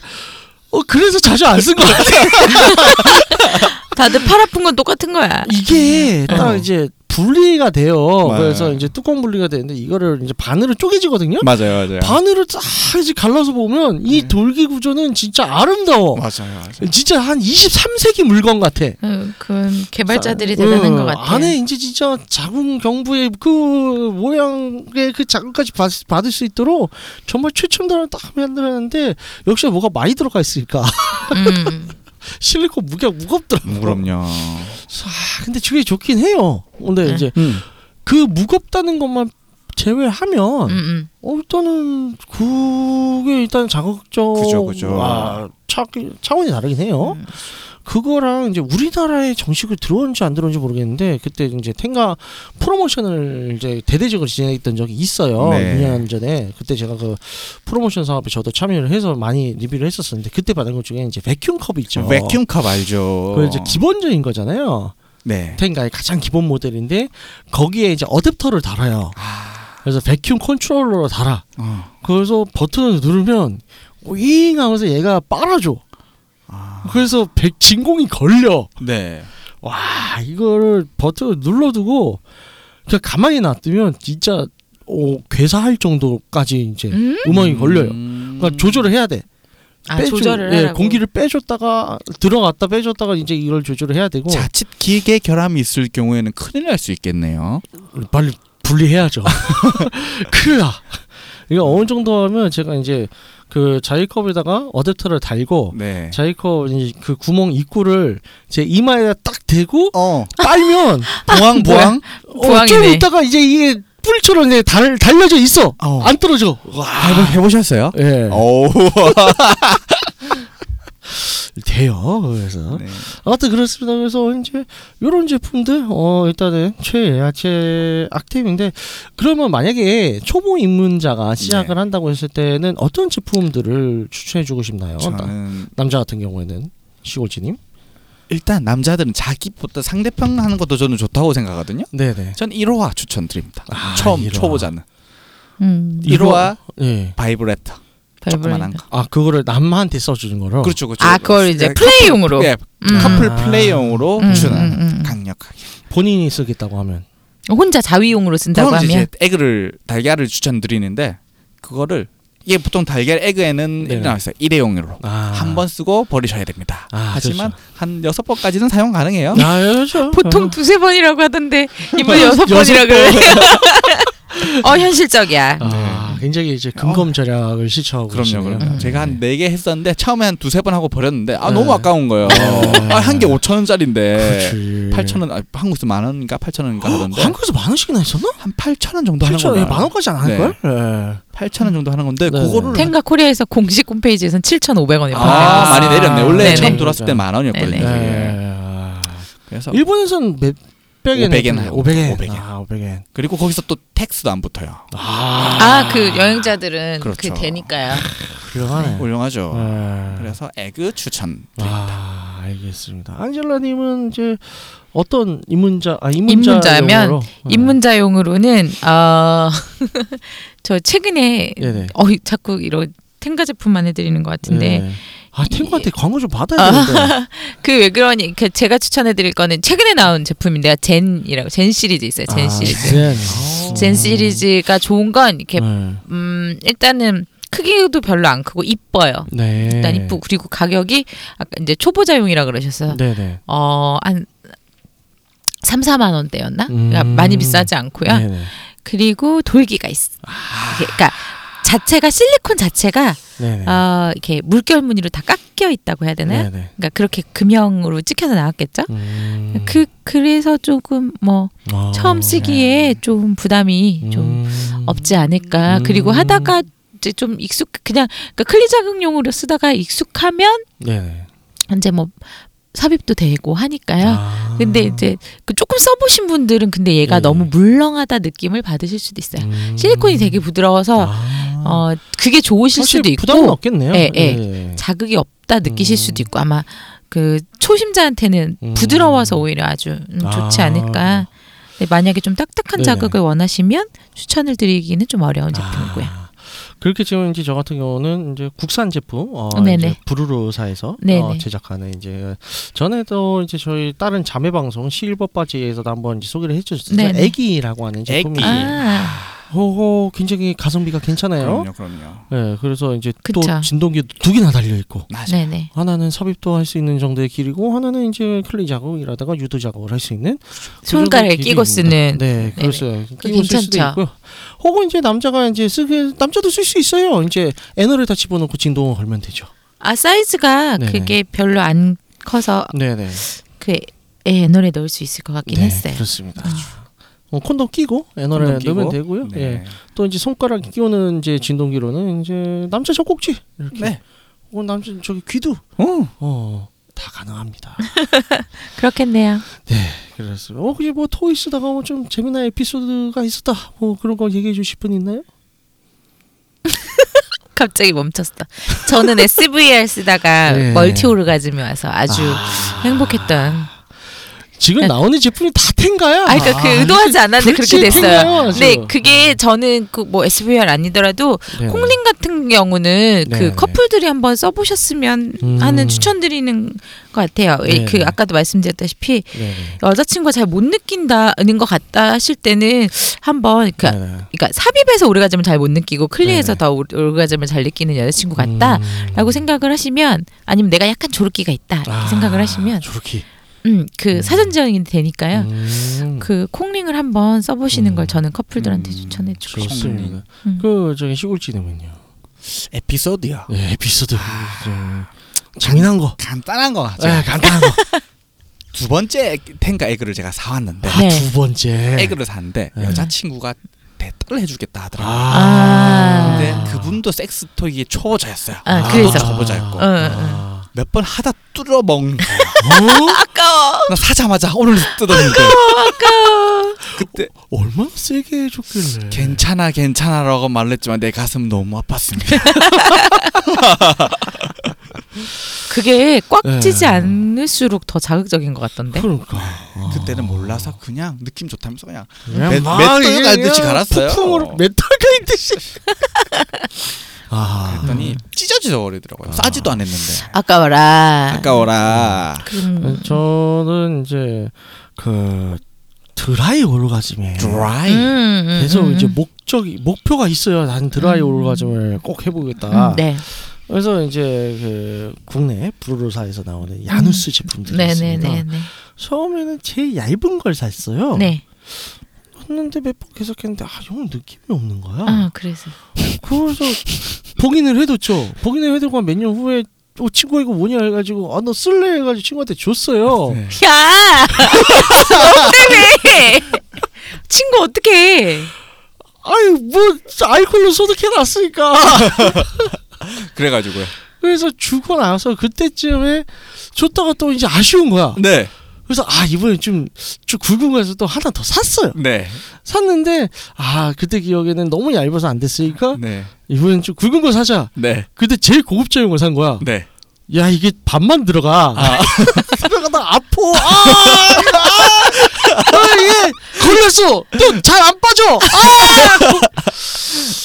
S3: 어 그래서 자주 안 쓴 것 같아.
S4: 다들 팔 아픈 건 똑같은 거야.
S3: 이게 딱
S5: 어.
S3: 이제 분리가 돼요.
S5: 맞아요.
S3: 그래서 이제 뚜껑 분리가 되는데 이거를 이제 반으로 쪼개지거든요.
S5: 맞아요, 맞아요.
S3: 반으로 딱 이제 갈라서 보면 이 돌기 구조는 진짜 아름다워.
S5: 맞아요, 맞아요.
S3: 진짜 한 23세기 물건 같아.
S4: 어, 그건 개발자들이
S3: 응,
S4: 대단한 것 같아요.
S3: 음. 안에 이제 진짜 자궁 경부의 그 모양의 그 자궁까지 받, 받을 수 있도록 정말 최첨단을 딱 만들었는데 역시 뭐가 많이 들어가 있으니까
S4: 음.
S3: 실리콘 무게 무겁더라고.
S5: 음, 그럼요.
S3: 아, 근데 그게 좋긴 해요. 근데
S4: 네.
S3: 이제
S5: 음.
S3: 그 무겁다는 것만
S4: 음,
S3: 제외하면
S4: 음.
S3: 어, 일단은 그게 일단 자극적
S5: 그죠, 그죠.
S3: 아, 차, 차원이 다르긴 해요.
S4: 음.
S3: 그거랑 이제 우리나라에 정식으로 들어온지 안 들어온지 모르겠는데 그때 이제 텐가 프로모션을 이제 대대적으로 진행했던 적이 있어요.
S5: 네.
S3: 2년 전에 그때 제가 그 프로모션 사업에 저도 참여를 해서 많이 리뷰를 했었었는데 그때 받은 것 중에 이제 베큐 컵 있죠.
S5: vacuum컵 알죠.
S3: 그 이제 기본적인 거잖아요.
S5: 네.
S3: 텐가의 가장 기본 모델인데 거기에 이제 어댑터를 달아요. 그래서 베큐 컨트롤러로 달아.
S5: 어.
S3: 그래서 버튼을 누르면 윙 하면서 얘가 빨아줘. 그래서 백 진공이 걸려.
S5: 네.
S3: 와 이거를 버튼을 눌러두고 그냥 가만히 놔두면 진짜 어, 괴사할 정도까지 이제
S4: 음?
S3: 음? 악이 걸려요.
S5: 음.
S3: 그러니까 조절을 해야 돼.
S4: 아,
S3: 빼주-
S4: 조절을
S3: 예,
S4: 하라고.
S3: 공기를 빼줬다가 들어갔다 빼줬다가 이제 이걸 조절을 해야 되고
S5: 자칫 기계 결함이 있을 경우에는 큰일 날 수 있겠네요.
S3: 빨리 분리해야죠. 큰일 나. 이거 어느 정도 하면 제가 이제 그 자이컵에다가 어댑터를 달고
S5: 네.
S3: 자이컵 이제 그 구멍 입구를 제 이마에다 딱 대고
S5: 어.
S3: 빨면
S5: 보ang 보ang.
S3: 어, 좀
S4: 부항이네.
S3: 있다가 이제 이게 뿔처럼 이제 달, 달려져 있어.
S5: 어.
S3: 안 떨어져. 와.
S5: 아, 해 보셨어요? 네.
S3: 예.
S5: 오.
S3: 돼요. 그래서.
S5: 네.
S3: 아무튼 그렇습니다. 그래서 이제 요런 제품들 어 일단은 최야채 악템인데 그러면 만약에 초보 입문자가 시작을 한다고 했을 때는 어떤 제품들을 추천해 주고
S5: 어,
S3: 싶나요? 나-
S5: 저는
S3: 남자 같은 경우에는 시골지 님.
S5: 일단 남자들은 자기보다 상대편 하는 것도 저는 좋다고 생각하거든요.
S3: 네, 네.
S5: 전 1호화 추천드립니다.
S3: 아,
S5: 처음
S3: 1호화.
S5: 초보자는
S4: 음,
S5: 1호화
S3: 예.
S5: 바이브레터. 조그만한 거.
S3: 아, 그거를 남한테 써 주는 거로.
S5: 그렇죠, 그렇죠.
S4: 아, 그걸 이제
S5: 네,
S4: 플레이용으로.
S5: 예,
S4: 음.
S5: 커플
S3: 아.
S5: 플레이용으로
S4: 음,
S5: 추천하는
S4: 음, 음.
S5: 강력하게.
S3: 본인이 쓰겠다고 하면
S4: 혼자 자위용으로 쓴다고
S5: 그럼
S4: 하면
S5: 이제 에그를 달걀을 추천드리는데 그거를 이게 보통 달걀 에그에는
S3: 네.
S5: 이렇게 나와 있어요. 일회용으로
S3: 아.
S5: 한 번 쓰고 버리셔야 됩니다.
S3: 아,
S5: 하지만
S3: 그렇죠.
S5: 한 여섯 번까지는 사용 가능해요.
S3: 아, 그렇죠.
S4: 보통 두세 번이라고 하던데 이분 여섯
S3: 여섯
S4: 번이라 그래. 어 현실적이야.
S3: 아, 굉장히 이제 금검 절약을 시도하고
S5: 그럼요,
S3: 계시네요.
S4: 음.
S5: 그럼요. 제가 한 네 개 했었는데 처음에 한 두세 번 하고 버렸는데 아
S3: 네.
S5: 너무 아까운 거예요. 아, 한 개 5천 원짜리인데
S3: 그치.
S5: 8천 원, 아, 한국에서 만 원인가 8천 원인가 하던데
S3: 한국에서 만 네. 원씩이나 했었나?
S5: 한 8천 원 정도 하는
S3: 8천
S5: 거예요.
S3: 원, 만 원까지 안 할 걸? 예.
S5: 8천 원 정도 하는 건데
S3: 네.
S5: 그거를
S4: 텐가 코리아에서 공식 홈페이지에선 7,500원이
S5: 아,
S3: 아,
S5: 많이 내렸네. 원래
S4: 네, 네네.
S5: 처음 들어왔을 때
S3: 그렇죠.
S5: 만 원이었거든요.
S4: 네네.
S5: 그게.
S3: 예. 아.
S5: 그래서
S3: 일본에선 몇 백엔
S5: 500엔
S3: 했구나.
S5: 하요.
S3: 500엔.
S5: 500엔.
S3: 아, 500엔.
S5: 그리고 거기서 또 텍스도 안 붙어요.
S3: 아,
S4: 아그 여행자들은 그
S5: 그렇죠.
S4: 되니까요.
S3: 훌륭하네.
S5: 훌륭하죠.
S3: 예.
S5: 그래서 에그 추천.
S3: 아, 알겠습니다. 안젤라 님은 이제 어떤 입문자 아 입문자
S4: 입문자면
S3: 용어로? 네.
S4: 입문자용으로는 어저 최근에
S3: 예. 네네.
S4: 어 자꾸 이런 텐가 제품만 해드리는 것 같은데
S3: 예. 아, 탱구한테 광고 좀 받아야 되는데.
S4: 그 왜 그러니 그 제가 추천해드릴 거는 최근에 나온 제품인데요 젠이라고 젠 시리즈 있어요 젠
S3: 아, 네. 음.
S4: 시리즈
S3: 젠.
S4: 젠 시리즈가 좋은 건 이렇게
S3: 네.
S4: 음 일단은 크기도 별로 안 크고 이뻐요.
S3: 네.
S4: 일단 이쁘고 그리고 가격이 아까 이제 초보자용이라 그러셔서
S3: 네, 네.
S4: 어한 3, 4만 원대였나?
S3: 음.
S4: 그러니까 많이 비싸지 않고요.
S3: 네, 네.
S4: 그리고 돌기가 있어. 이게 그러니까 자체가 실리콘 자체가
S3: 네, 네.
S4: 어 이렇게 물결 무늬로 다 깎여 있다고 해야 되나요?
S3: 네, 네.
S4: 그러니까 그렇게 금형으로 찍혀서 나왔겠죠?
S3: 음.
S4: 그 그래서 조금 뭐
S3: 아.
S4: 처음 쓰기에 좀 부담이 좀
S3: 음.
S4: 없지 않을까.
S3: 음.
S4: 그리고 하다가 이제 좀 익숙 그냥 그러니까 클리 자극용으로 쓰다가 익숙하면
S3: 네네.
S4: 이제 뭐 삽입도 되고 하니까요.
S3: 아.
S4: 근데 이제 그 조금 써보신 분들은 근데 얘가
S3: 예.
S4: 너무 물렁하다 느낌을 받으실 수도 있어요.
S3: 음.
S4: 실리콘이 되게 부드러워서
S3: 아.
S4: 어 그게 좋으실
S3: 사실
S4: 수도
S3: 부담은
S4: 있고
S3: 없겠네요.
S4: 예, 예.
S3: 예.
S4: 자극이 없다 느끼실
S3: 음.
S4: 수도 있고 아마 그 초심자한테는
S3: 음.
S4: 부드러워서 오히려 아주 음, 좋지
S3: 아.
S4: 않을까. 근데 만약에 좀 딱딱한
S3: 네네.
S4: 자극을 원하시면 추천을 드리기는 좀 어려운 제품이고요.
S3: 아. 그렇게 지금 이제 저 같은 경우는 이제 국산 제품 어
S4: 네네.
S3: 이제 부르르사에서 어
S4: 네네.
S3: 제작하는 이제 전에도 이제 저희 다른 자매 방송 실버 바지에서도 한번 이제 소개를 해줬었죠.
S4: 네네.
S3: 애기라고 하는 제품이
S4: 아,
S3: 오, 굉장히 가성비가 괜찮아요.
S5: 그럼요, 그럼요.
S3: 예, 그래서 이제 또
S4: 그쵸.
S3: 진동기도 두 개나 달려 있고
S4: 네네.
S3: 하나는 삽입도 할 수 있는 정도의 길이고 하나는 이제 클리 작업이라다가 유도 작업을 할 수 있는 그
S4: 손가락에
S3: 정도의
S4: 끼고
S3: 길이입니다.
S4: 쓰는.
S3: 네 그렇죠 끼고 쓸 수도
S4: 괜찮죠.
S3: 있고요 혹은 이제 남자가 이제 쓰게 남자도 쓸 수 있어요 이제 에너를 다 집어넣고 진동을 걸면 되죠
S4: 아 사이즈가
S3: 네네.
S4: 그게 별로 안 커서
S3: 네네
S4: 그 에너에 넣을 수 아, 있을 것 같긴
S3: 네.
S4: 했어요. 아.
S3: 그렇습니다 어, 콘돔 끼고 에너를
S5: 끼고.
S3: 넣으면 되고요
S5: 네.
S3: 예. 또 이제 손가락 에 끼우는 이제 진동기로는 이제 남자 젖꼭지 이렇게
S5: 네.
S3: 혹은 남자 저기 귀도
S5: 어,
S3: 어 다 가능합니다.
S4: 그렇겠네요.
S3: 그랬어요. 어, 혹시 뭐 토이 쓰다가 뭐 좀 재미난 에피소드가 있었다. 뭐 그런 거 얘기해 주실 분 있나요?
S4: 갑자기 멈췄다. 저는 SVR 쓰다가
S3: 네.
S4: 멀티 오르가즘이 와서 아주 행복했던.
S3: 지금 나오는 제품이 다 텐가요?
S4: 네. 아, 그러니까 그 의도하지 않았는데 그렇게 됐어요.
S3: 네,
S4: 네, 그게 저는 그 뭐 SVR 아니더라도 콩링 같은 경우는
S3: 네,
S4: 그
S3: 네.
S4: 커플들이 한번 써보셨으면
S3: 음.
S4: 하는 추천드리는 것 같아요. 예,
S3: 네,
S4: 그
S3: 네.
S4: 아까도 말씀드렸다시피
S3: 네,
S4: 여자친구가 잘 못 느낀다는 것 같다 하실 때는 한번 그
S3: 네,
S4: 그러니까 삽입에서 오르가즘을 잘 못 느끼고 클리에서
S3: 네네.
S4: 더 오- 오르가즘을 잘 느끼는 여자친구 같다. 라고 생각을 하시면 아니면 내가 약간 조르기가 있다 이렇게 생각을 하시면
S3: 음. 아, 저렇게
S4: 음그 사전 지원이 되니까요
S3: 음,
S4: 그 콩링을 한번 써보시는
S3: 음.
S4: 걸 저는 커플들한테
S5: 음,
S4: 추천해 주고 싶어요.
S3: 좋습니다.
S4: 음.
S3: 그 저기 시골지는은요.
S5: 에피소드요.
S3: 네, 에피소드 좀 재미난 거.
S5: 간단한 거.
S3: 네,
S5: 제가
S3: 간단한 거.
S5: 두 번째 탱가 에그를 제가 사왔는데
S4: 네.
S3: 아, 두 번째.
S5: 에그를 샀는데
S3: 네.
S5: 여자친구가 대따를 해주겠다 하더라고요.
S4: 아.
S5: 근데 그분도 섹스 토이의 초보자였어요.
S4: 아,
S5: 또
S4: 그래서.
S5: 초보자였고
S4: 어,
S3: 아.
S5: 몇 번 하다 뚫어 먹는 거예요.
S4: 아까워.
S5: 나 사자마자 오늘 뜯었는데
S3: 어,
S5: 그때
S3: 얼마나 세게 해줬길래.
S5: 괜찮아 괜찮아라고 말했지만 내 가슴 너무 아팠습니다.
S4: 그게 꽉
S3: 네.
S4: 찌지 않을수록 더 자극적인 것 같던데.
S3: 그러니까.
S5: 그때는 몰라서 그냥 느낌 좋다면서 그냥
S3: 맷
S5: 맷- 맷돌 갈듯이 갈았어요.
S3: 폭풍으로 맷돌 갈듯이. 아,
S5: 했더니 찢어지서 버리더라고요. 싸지도 않았는데
S4: 아까워라.
S5: 아까워라.
S3: 음.
S4: 그럼-
S3: 네, 저는 이제 그 드라이 오르가즘에
S5: 드라이.
S4: 음, 음,
S3: 계속
S4: 음,
S3: 이제 뭐-
S4: 음.
S3: 목적이 목표가 있어요. 난 드라이
S4: 음.
S3: 오르가즘을 꼭 해보겠다.
S4: 음, 네.
S3: 그래서 이제 그 국내 브루루사에서 나오는 야누스 제품들이 있습니다.
S4: 음. 네네네네.
S3: 처음에는 제일 얇은 걸 샀어요.
S4: 네.
S3: 했는데 몇 번 계속했는데 아 이건 느낌이 없는 거야.
S4: 아 그래서.
S3: 그래서 봉인을 해뒀죠. 봉인을 해두고 몇 년 후에 어, 친구가 이거 뭐냐 해가지고 아 너 쓸래 해가지고 친구한테 줬어요.
S5: 네.
S4: 야. 때문에 친구 어떻게?
S3: 아유 뭐 알콜로 소독해놨으니까.
S5: 그래가지고요.
S3: 그래서 주고 나서 그때쯤에 줬다가 또 이제 아쉬운 거야.
S5: 네,
S3: 그래서 아 이번에 좀좀 궁금해서 또 하나 더 샀어요.
S5: 네,
S3: 샀는데 아 그때 기억에는 너무 얇아서 안 됐으니까
S5: 네,
S3: 이번엔 좀 굵은 거 사자.
S5: 네,
S3: 근데 제일 고급적인 걸 산 거야.
S5: 네.
S3: 야 이게 반만 들어가. 들어가다 아파. 아, 아, 아 이게 걸렸어. 또 잘 안 빠져.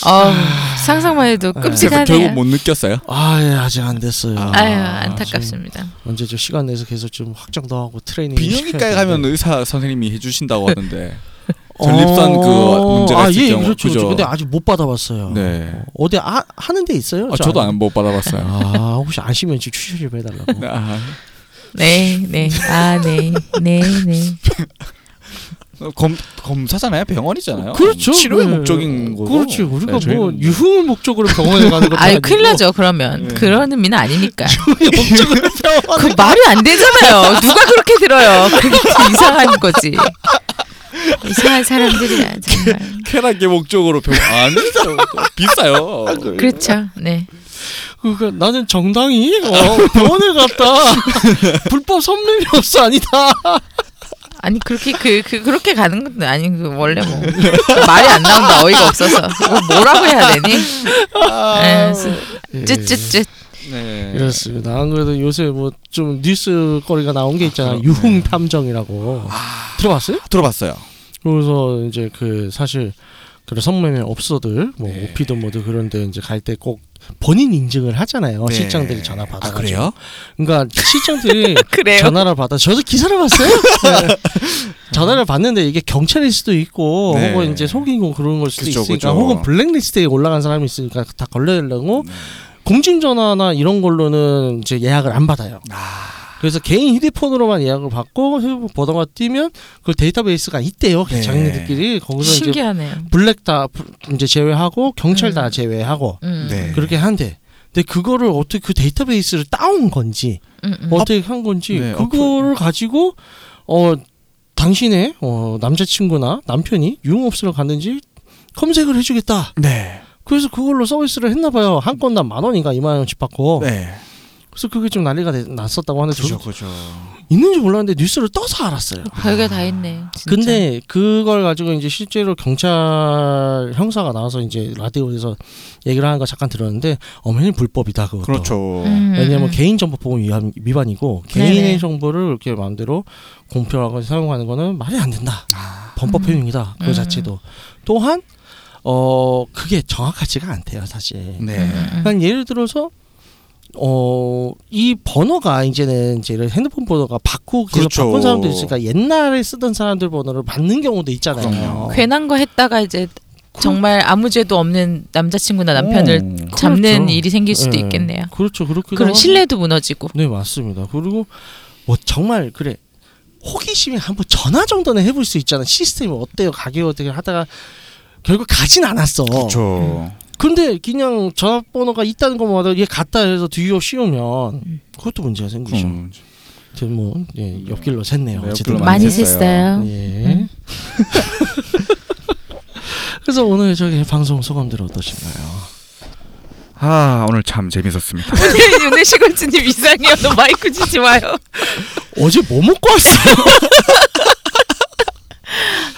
S4: 아 상상만 해도
S5: 그래서 결국
S4: 끔찍하네요.
S5: 못 느꼈어요.
S3: 아, 예, 아직 안 됐어요.
S4: 그러니까 아유
S3: 지금
S4: 안타깝습니다.
S3: 언제 좀 시간 내서 계속 좀 확정도 하고 트레이닝.
S5: 비뇨기과에
S3: 시켜야
S5: 가면
S3: 네, 되는데. 어,
S5: 의사 선생님이 해주신다고 하던데. 전립선 그 문제가
S3: 아,
S5: 있을
S3: 예,
S5: 경우,
S3: 그렇죠, 그렇죠.
S5: 그죠?
S3: 근데 아직 못 받아봤어요.
S5: 네.
S3: 어, 어디 아, 하는 데 있어요?
S5: 아, 저도 안 못 받아봤어요.
S3: 아, 혹시 아시면 지금 추천 좀 해달라고.
S5: 아,
S4: 네, 네, 아, 네, 네, 네.
S5: 검 검사잖아요, 병원이잖아요.
S3: 그렇죠.
S5: 치료의
S3: 네.
S5: 목적인 거고.
S3: 그렇죠. 우리가
S5: 네,
S3: 뭐
S5: 저희는-
S3: 유흥을 목적으로 병원에 가는 것도
S4: 아유,
S3: 아니고. 예.
S4: 큰일 나죠, 그러면. 그런 의미는 아니니까.
S3: 목적으로 병원.
S4: 그 말이 안 되잖아요. 누가 그렇게 들어요. 그게 좀 이상한 거지. 이상한 사람들이야, 정말.
S5: 쾌락의 목적으로 병원 아니죠. 비싸요.
S3: 아,
S4: 그렇죠, 네.
S3: 그러니까 나는 정당히 어, 병원에 갔다. 불법 선물이었어 아니다.
S4: 아니, 그렇게, 그, 그, 그렇게 가는 건 아니, 그, 원래 뭐. 말이 안 나온다, 어이가 없어서. 이거 뭐라고 해야 되니?
S3: 아.
S4: 예, 쯧쯧쯧.
S5: 네.
S3: 그렇습니다. 안 그래도 요새 뭐 좀 뉴스 거리가 나온 게 있잖아.
S5: 예.
S3: 유흥
S5: 아.
S3: 탐정이라고. 들어봤어요?
S5: 들어봤어요.
S3: 그래서 이제 그 사실 그리고 성매매 업소들 뭐
S5: 네.
S3: 오피도 모드 그런 데 이제 갈 때 꼭 본인 인증을
S5: 네.
S3: 하잖아요. 어, 실장들이 전화 받아
S5: 아 그래요?
S3: 그러니까 실장들이
S5: 네.
S4: 그래요.
S3: 전화를 받아 저도 기사를 봤어요. 네. 전화를 받는데 이게 경찰일 수도 있고
S5: 네.
S3: 혹은 이제 속이고 그런 걸 수도
S5: 그쵸,
S3: 있으니까
S5: 그쵸. 네.
S3: 혹은 블랙리스트에 올라간 사람이 있으니까 다 걸려내려고 공중전화나 이런 걸로는 이제 예약을 안 받아요. 그래서 개인 휴대폰으로만 예약을 받고 휴대폰 번호가 뛰면 그 데이터베이스가 있대요.
S5: 네.
S3: 자기네들끼리 거기서 이제
S4: 신기하네요.
S3: 블랙 다 이제 제외하고 경찰 다
S4: 음.
S3: 제외하고
S4: 음.
S5: 네.
S3: 그렇게 한대. 근데 그거를 어떻게 그 데이터베이스를 따온 건지
S4: 음, 음.
S3: 어떻게 한 건지
S5: 네,
S3: 그거를 가지고 어 당신의 어 남자친구나 남편이 유흥업소를 갔는지 검색을 해주겠다.
S5: 네.
S3: 그래서 그걸로 서비스를 했나 봐요. 한 건당 만 원인가 이만 원씩 받고.
S5: 네. 그렇죠.
S3: 그래서 그게 좀 난리가 되- 났었다고 하는데
S5: 그죠
S3: 저도
S5: 그죠.
S3: 있는지 몰랐는데 뉴스를 떠서 알았어요.
S4: 별게 다 있네. 진짜.
S3: 근데 그걸 가지고 이제 실제로 경찰 형사가 나와서 이제 라디오에서 얘기를 하는 거 잠깐 들었는데 엄연히 불법이다 그것도.
S5: 그렇죠.
S4: 음,
S3: 왜냐하면
S4: 음.
S3: 개인정보보호 위반- 위반이고
S4: 네네.
S3: 개인의 정보를 이렇게 마음대로 공표하고 사용하는 거는 말이 안 된다.
S5: 아.
S3: 범법
S4: 음.
S3: 행위다. 그
S4: 음.
S3: 자체도 또한 어 그게 정확하지가 않대요, 사실.
S4: 음.
S5: 네.
S3: 그러니까 예를 들어서 어 이 번호가 이제는 이제 이런 핸드폰 번호가 바꾸고 계속
S5: 그렇죠.
S3: 바꾼 사람도 있으니까 옛날에 쓰던 사람들 번호를 받는 경우도 있잖아요.
S5: 그럼요.
S4: 괜한 거 했다가 이제 정말 아무 죄도 없는 남자친구나 남편을
S5: 오.
S4: 잡는
S3: 그렇죠.
S4: 일이 생길 수도
S3: 예.
S4: 있겠네요.
S3: 그렇죠. 그렇게
S4: 그런 신뢰도 무너지고.
S3: 네 맞습니다. 그리고 뭐 정말 그래 호기심이 한번 전화 정도는 해볼 수 있잖아. 시스템이 어때요? 가격 어떻게 하다가 결국 가진 않았어. 음.
S5: 그렇죠.
S3: 근데 그냥 전화번호가 있다는 것마다 얘 갔다 해서 뒤로
S4: 음.
S3: 씌우면 그것도 문제가 생기죠.
S5: 음.
S3: 아무튼 뭐 예, 옆길로 샜네요.
S5: 네,
S3: 어쨌든
S5: 옆길로
S4: 많이
S5: 많이 샜어요.
S4: 샜어요.
S3: 예.
S4: 음.
S3: 그래서 오늘 저기 방송 소감들 어떠신가요?
S5: 아 오늘 참 재밌었습니다.
S4: 오늘 오늘 어, 시골주님 이상해요. 너 마이크 치지 마요.
S3: 어제 뭐 먹고 왔어?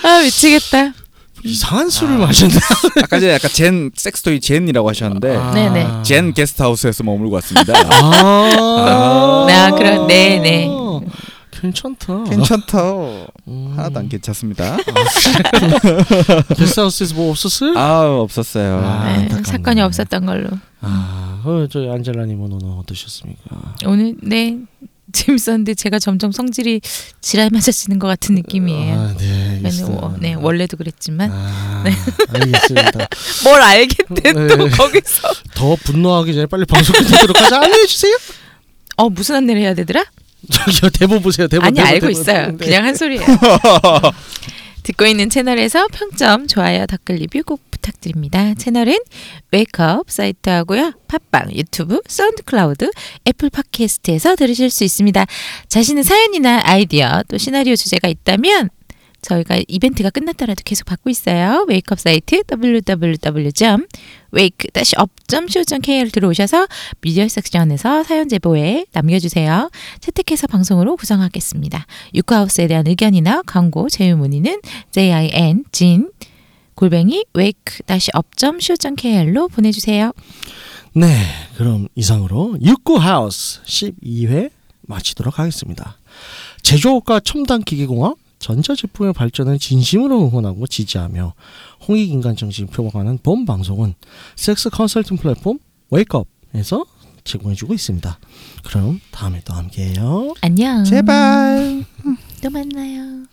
S4: 아 미치겠다.
S3: 이상한 술을
S5: 아,
S3: 마셨나?
S5: 아까 전에 약간 젠 섹스토이 젠이라고 하셨는데
S4: 네네.
S5: 젠 게스트하우스에서 머물고 왔습니다.
S3: 아,
S4: 네, 아, 그럼- 네, 네.
S3: 괜찮다.
S5: 괜찮다.
S3: 음.
S5: 하나도 안 괜찮습니다.
S3: 게스트하우스에서 뭐 없었어요?
S5: 아 없었어요.
S3: 아,
S4: 네,
S3: 안타깝네.
S4: 사건이 없었던 걸로.
S3: 아, 어, 저희 안젤라님은 오늘 어떠셨습니까?
S4: 오늘 네 재밌었는데 제가 점점 성질이 지랄 맞아지는 것 같은 느낌이에요.
S3: 아, 네,
S4: 네,
S3: 알겠습니다.
S4: 워- 네 원래도 그랬지만
S3: 아, 알겠습니다.
S4: 뭘 알겠대 또
S3: 네.
S4: 거기서.
S3: 더 분노하기 전에 빨리 방송 끝내도록 하자. 안녕히 주세요.
S4: 어 무슨 안내를 해야 되더라?
S3: 저기요 대본 보세요. 대본.
S4: 아니
S3: 대본,
S4: 알고
S3: 대본.
S4: 있어요.
S3: 네.
S4: 그냥 한 소리예요. 듣고 있는 채널에서 평점, 좋아요, 댓글 리뷰 꼭 부탁드립니다. 채널은 웨이크업 사이트하고요. 팟빵, 유튜브, 사운드클라우드, 애플 팟캐스트에서 들으실 수 있습니다. 자신의 사연이나 아이디어, 또 시나리오 주제가 있다면 저희가 이벤트가 끝났더라도 계속 받고 있어요. 웨이크업 사이트 www.wake-up.co.kr 들어오셔서 미디어 섹션에서 사연 제보에 남겨주세요. 채택해서 방송으로 구성하겠습니다. 유쿠하우스에 대한 의견이나 광고, 제휴 문의는 JIN 진 골뱅이 wake-up.co.kr로 보내주세요.
S3: 네, 그럼 이상으로 육구 하우스 12회 마치도록 하겠습니다. 제조업과 첨단 기계공학, 전자제품의 발전을 진심으로 응원하고 지지하며 홍익인간 정신 표방하는 본 방송은 섹스 컨설팅 플랫폼 웨이크업에서 제공해주고 있습니다. 그럼 다음에 또 함께해요.
S4: 안녕.
S5: 제발.
S4: 또 만나요.